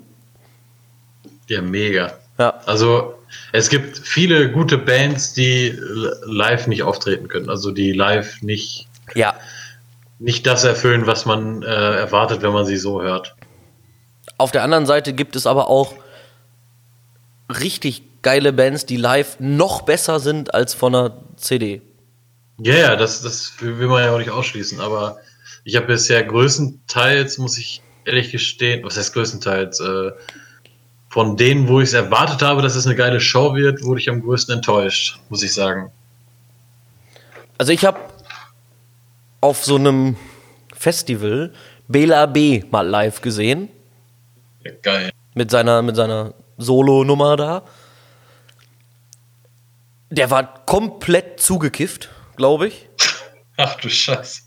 Speaker 2: Ja, mega.
Speaker 1: Ja.
Speaker 2: Also es gibt viele gute Bands, die l- live nicht auftreten können. Also die live nicht,
Speaker 1: Ja,
Speaker 2: nicht das erfüllen, was man äh, erwartet, wenn man sie so hört.
Speaker 1: Auf der anderen Seite gibt es aber auch richtig geile Bands, die live noch besser sind als von einer CD.
Speaker 2: Ja, ja, das, das will man ja auch nicht ausschließen, aber ich habe bisher größtenteils, muss ich ehrlich gestehen, was heißt größtenteils, äh, von denen, wo ich es erwartet habe, dass es eine geile Show wird, wurde ich am größten enttäuscht, muss ich sagen.
Speaker 1: Also ich habe auf so einem Festival Bela B mal live gesehen
Speaker 2: Ja, geil.
Speaker 1: mit seiner mit seiner Solo-Nummer da. Der war komplett zugekifft, glaube ich.
Speaker 2: Ach du Scheiße.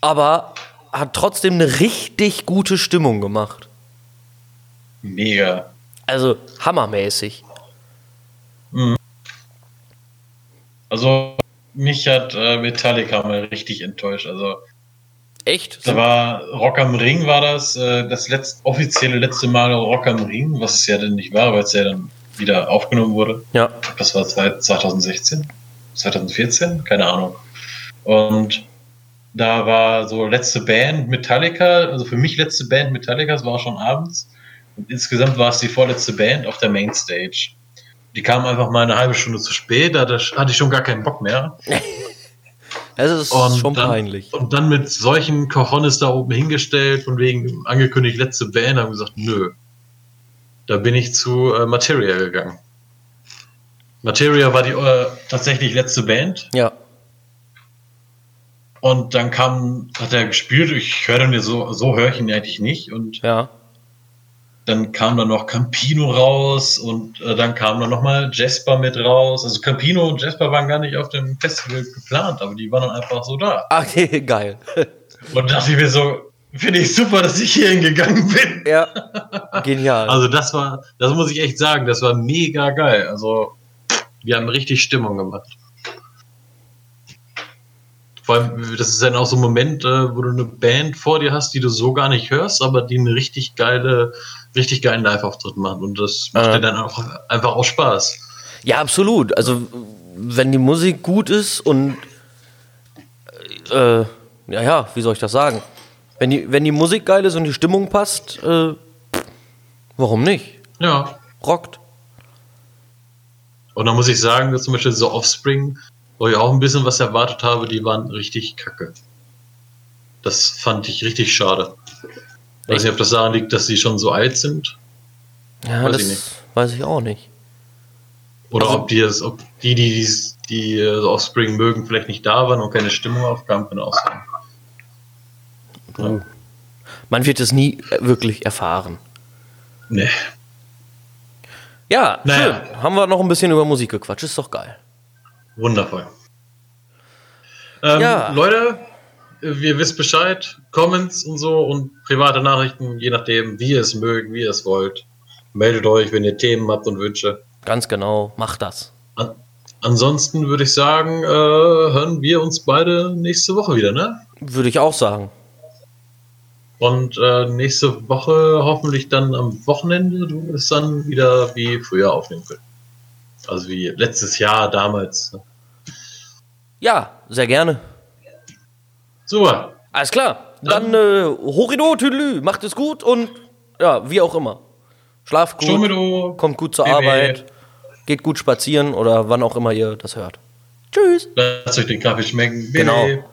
Speaker 1: aber hat trotzdem eine richtig gute Stimmung gemacht.
Speaker 2: Mega.
Speaker 1: Also hammermäßig.
Speaker 2: Also mich hat äh, Metallica mal richtig enttäuscht. Also
Speaker 1: Echt?
Speaker 2: da war Rock am Ring war das, äh, das letzte, offizielle letzte Mal Rock am Ring, was es ja dann nicht war, weil es ja dann wieder aufgenommen wurde.
Speaker 1: Ja.
Speaker 2: Ich glaub, Das war zwei- 2016, 2014, keine Ahnung. Und da war so letzte Band Metallica, also für mich letzte Band Metallica, es war auch schon abends. Und insgesamt war es die vorletzte Band auf der Mainstage. Die kam einfach mal eine halbe Stunde zu spät, da hatte ich hatte ich schon gar keinen Bock mehr.
Speaker 1: Es ist
Speaker 2: Und
Speaker 1: schon
Speaker 2: dann,
Speaker 1: peinlich.
Speaker 2: Und dann mit solchen Cojones da oben hingestellt, von wegen angekündigt letzte Band, haben gesagt, nö. Da bin ich zu äh, Materia gegangen. Materia war die äh, tatsächlich letzte Band
Speaker 1: Ja.
Speaker 2: und dann kam, hat er gespielt, ich höre mir so, so höre ich ihn eigentlich nicht und
Speaker 1: Ja.
Speaker 2: dann kam dann noch Campino raus und äh, dann kam dann nochmal Jasper mit raus. Also Campino und Jasper waren gar nicht auf dem Festival geplant, aber die waren dann einfach so da.
Speaker 1: Ah, geil.
Speaker 2: Und dachte ich mir so, finde ich super, dass ich hierhin gegangen bin.
Speaker 1: ja. Genial.
Speaker 2: Also das war, das muss ich echt sagen, das war mega geil. Also wir haben richtig Stimmung gemacht. Vor allem, das ist dann auch so ein Moment, äh, wo du eine Band vor dir hast, die du so gar nicht hörst, aber die einen richtig geile, richtig geilen Live-Auftritt machen. Und das macht
Speaker 1: Ja.
Speaker 2: dir dann auch einfach auch Spaß.
Speaker 1: ja, absolut. Also, wenn die Musik gut ist und. Äh, ja, ja, wie soll ich das sagen? Wenn die, wenn die Musik geil ist und die Stimmung passt, äh, warum nicht?
Speaker 2: Ja.
Speaker 1: Rockt.
Speaker 2: Und dann muss ich sagen, dass zum Beispiel so Offspring wo ich auch ein bisschen was erwartet habe, die waren richtig kacke. Das fand ich richtig schade. Ich weiß nicht, ob das daran liegt, dass sie schon so alt sind.
Speaker 1: Ja,
Speaker 2: Weiß
Speaker 1: das
Speaker 2: ich nicht.
Speaker 1: weiß ich auch nicht.
Speaker 2: Oder
Speaker 1: Also-
Speaker 2: ob die das, ob die, die, die's- die, äh, so Offspring mögen, vielleicht nicht da waren und keine Stimmung aufkam, kann auch sein.
Speaker 1: Man wird es nie äh, wirklich erfahren.
Speaker 2: Nee.
Speaker 1: Ja,
Speaker 2: Naja.
Speaker 1: schön. Haben wir noch ein bisschen über Musik gequatscht. Ist doch geil.
Speaker 2: Wundervoll. Ähm,
Speaker 1: Ja.
Speaker 2: Leute, wir wisst Bescheid. Comments und so und private Nachrichten, je nachdem, wie ihr es mögt, wie ihr es wollt. Meldet euch, wenn ihr Themen habt und Wünsche.
Speaker 1: Ganz genau. Mach das.
Speaker 2: An ansonsten würde ich sagen, äh, hören wir uns beide nächste Woche wieder, ne?
Speaker 1: Würde ich auch sagen.
Speaker 2: Und äh, nächste Woche hoffentlich dann am Wochenende, du es dann wieder wie früher aufnehmen können. Also wie letztes Jahr damals. ne?
Speaker 1: Ja, sehr gerne.
Speaker 2: Super.
Speaker 1: Alles klar. Dann äh, Horido, Tüdelü. Macht es gut und ja, wie auch immer. Schlaf gut.
Speaker 2: Schumido.
Speaker 1: Kommt gut zur
Speaker 2: Bebe.
Speaker 1: Arbeit. Geht gut spazieren oder wann auch immer ihr das hört. Tschüss.
Speaker 2: Lasst euch den Kaffee schmecken.
Speaker 1: Genau.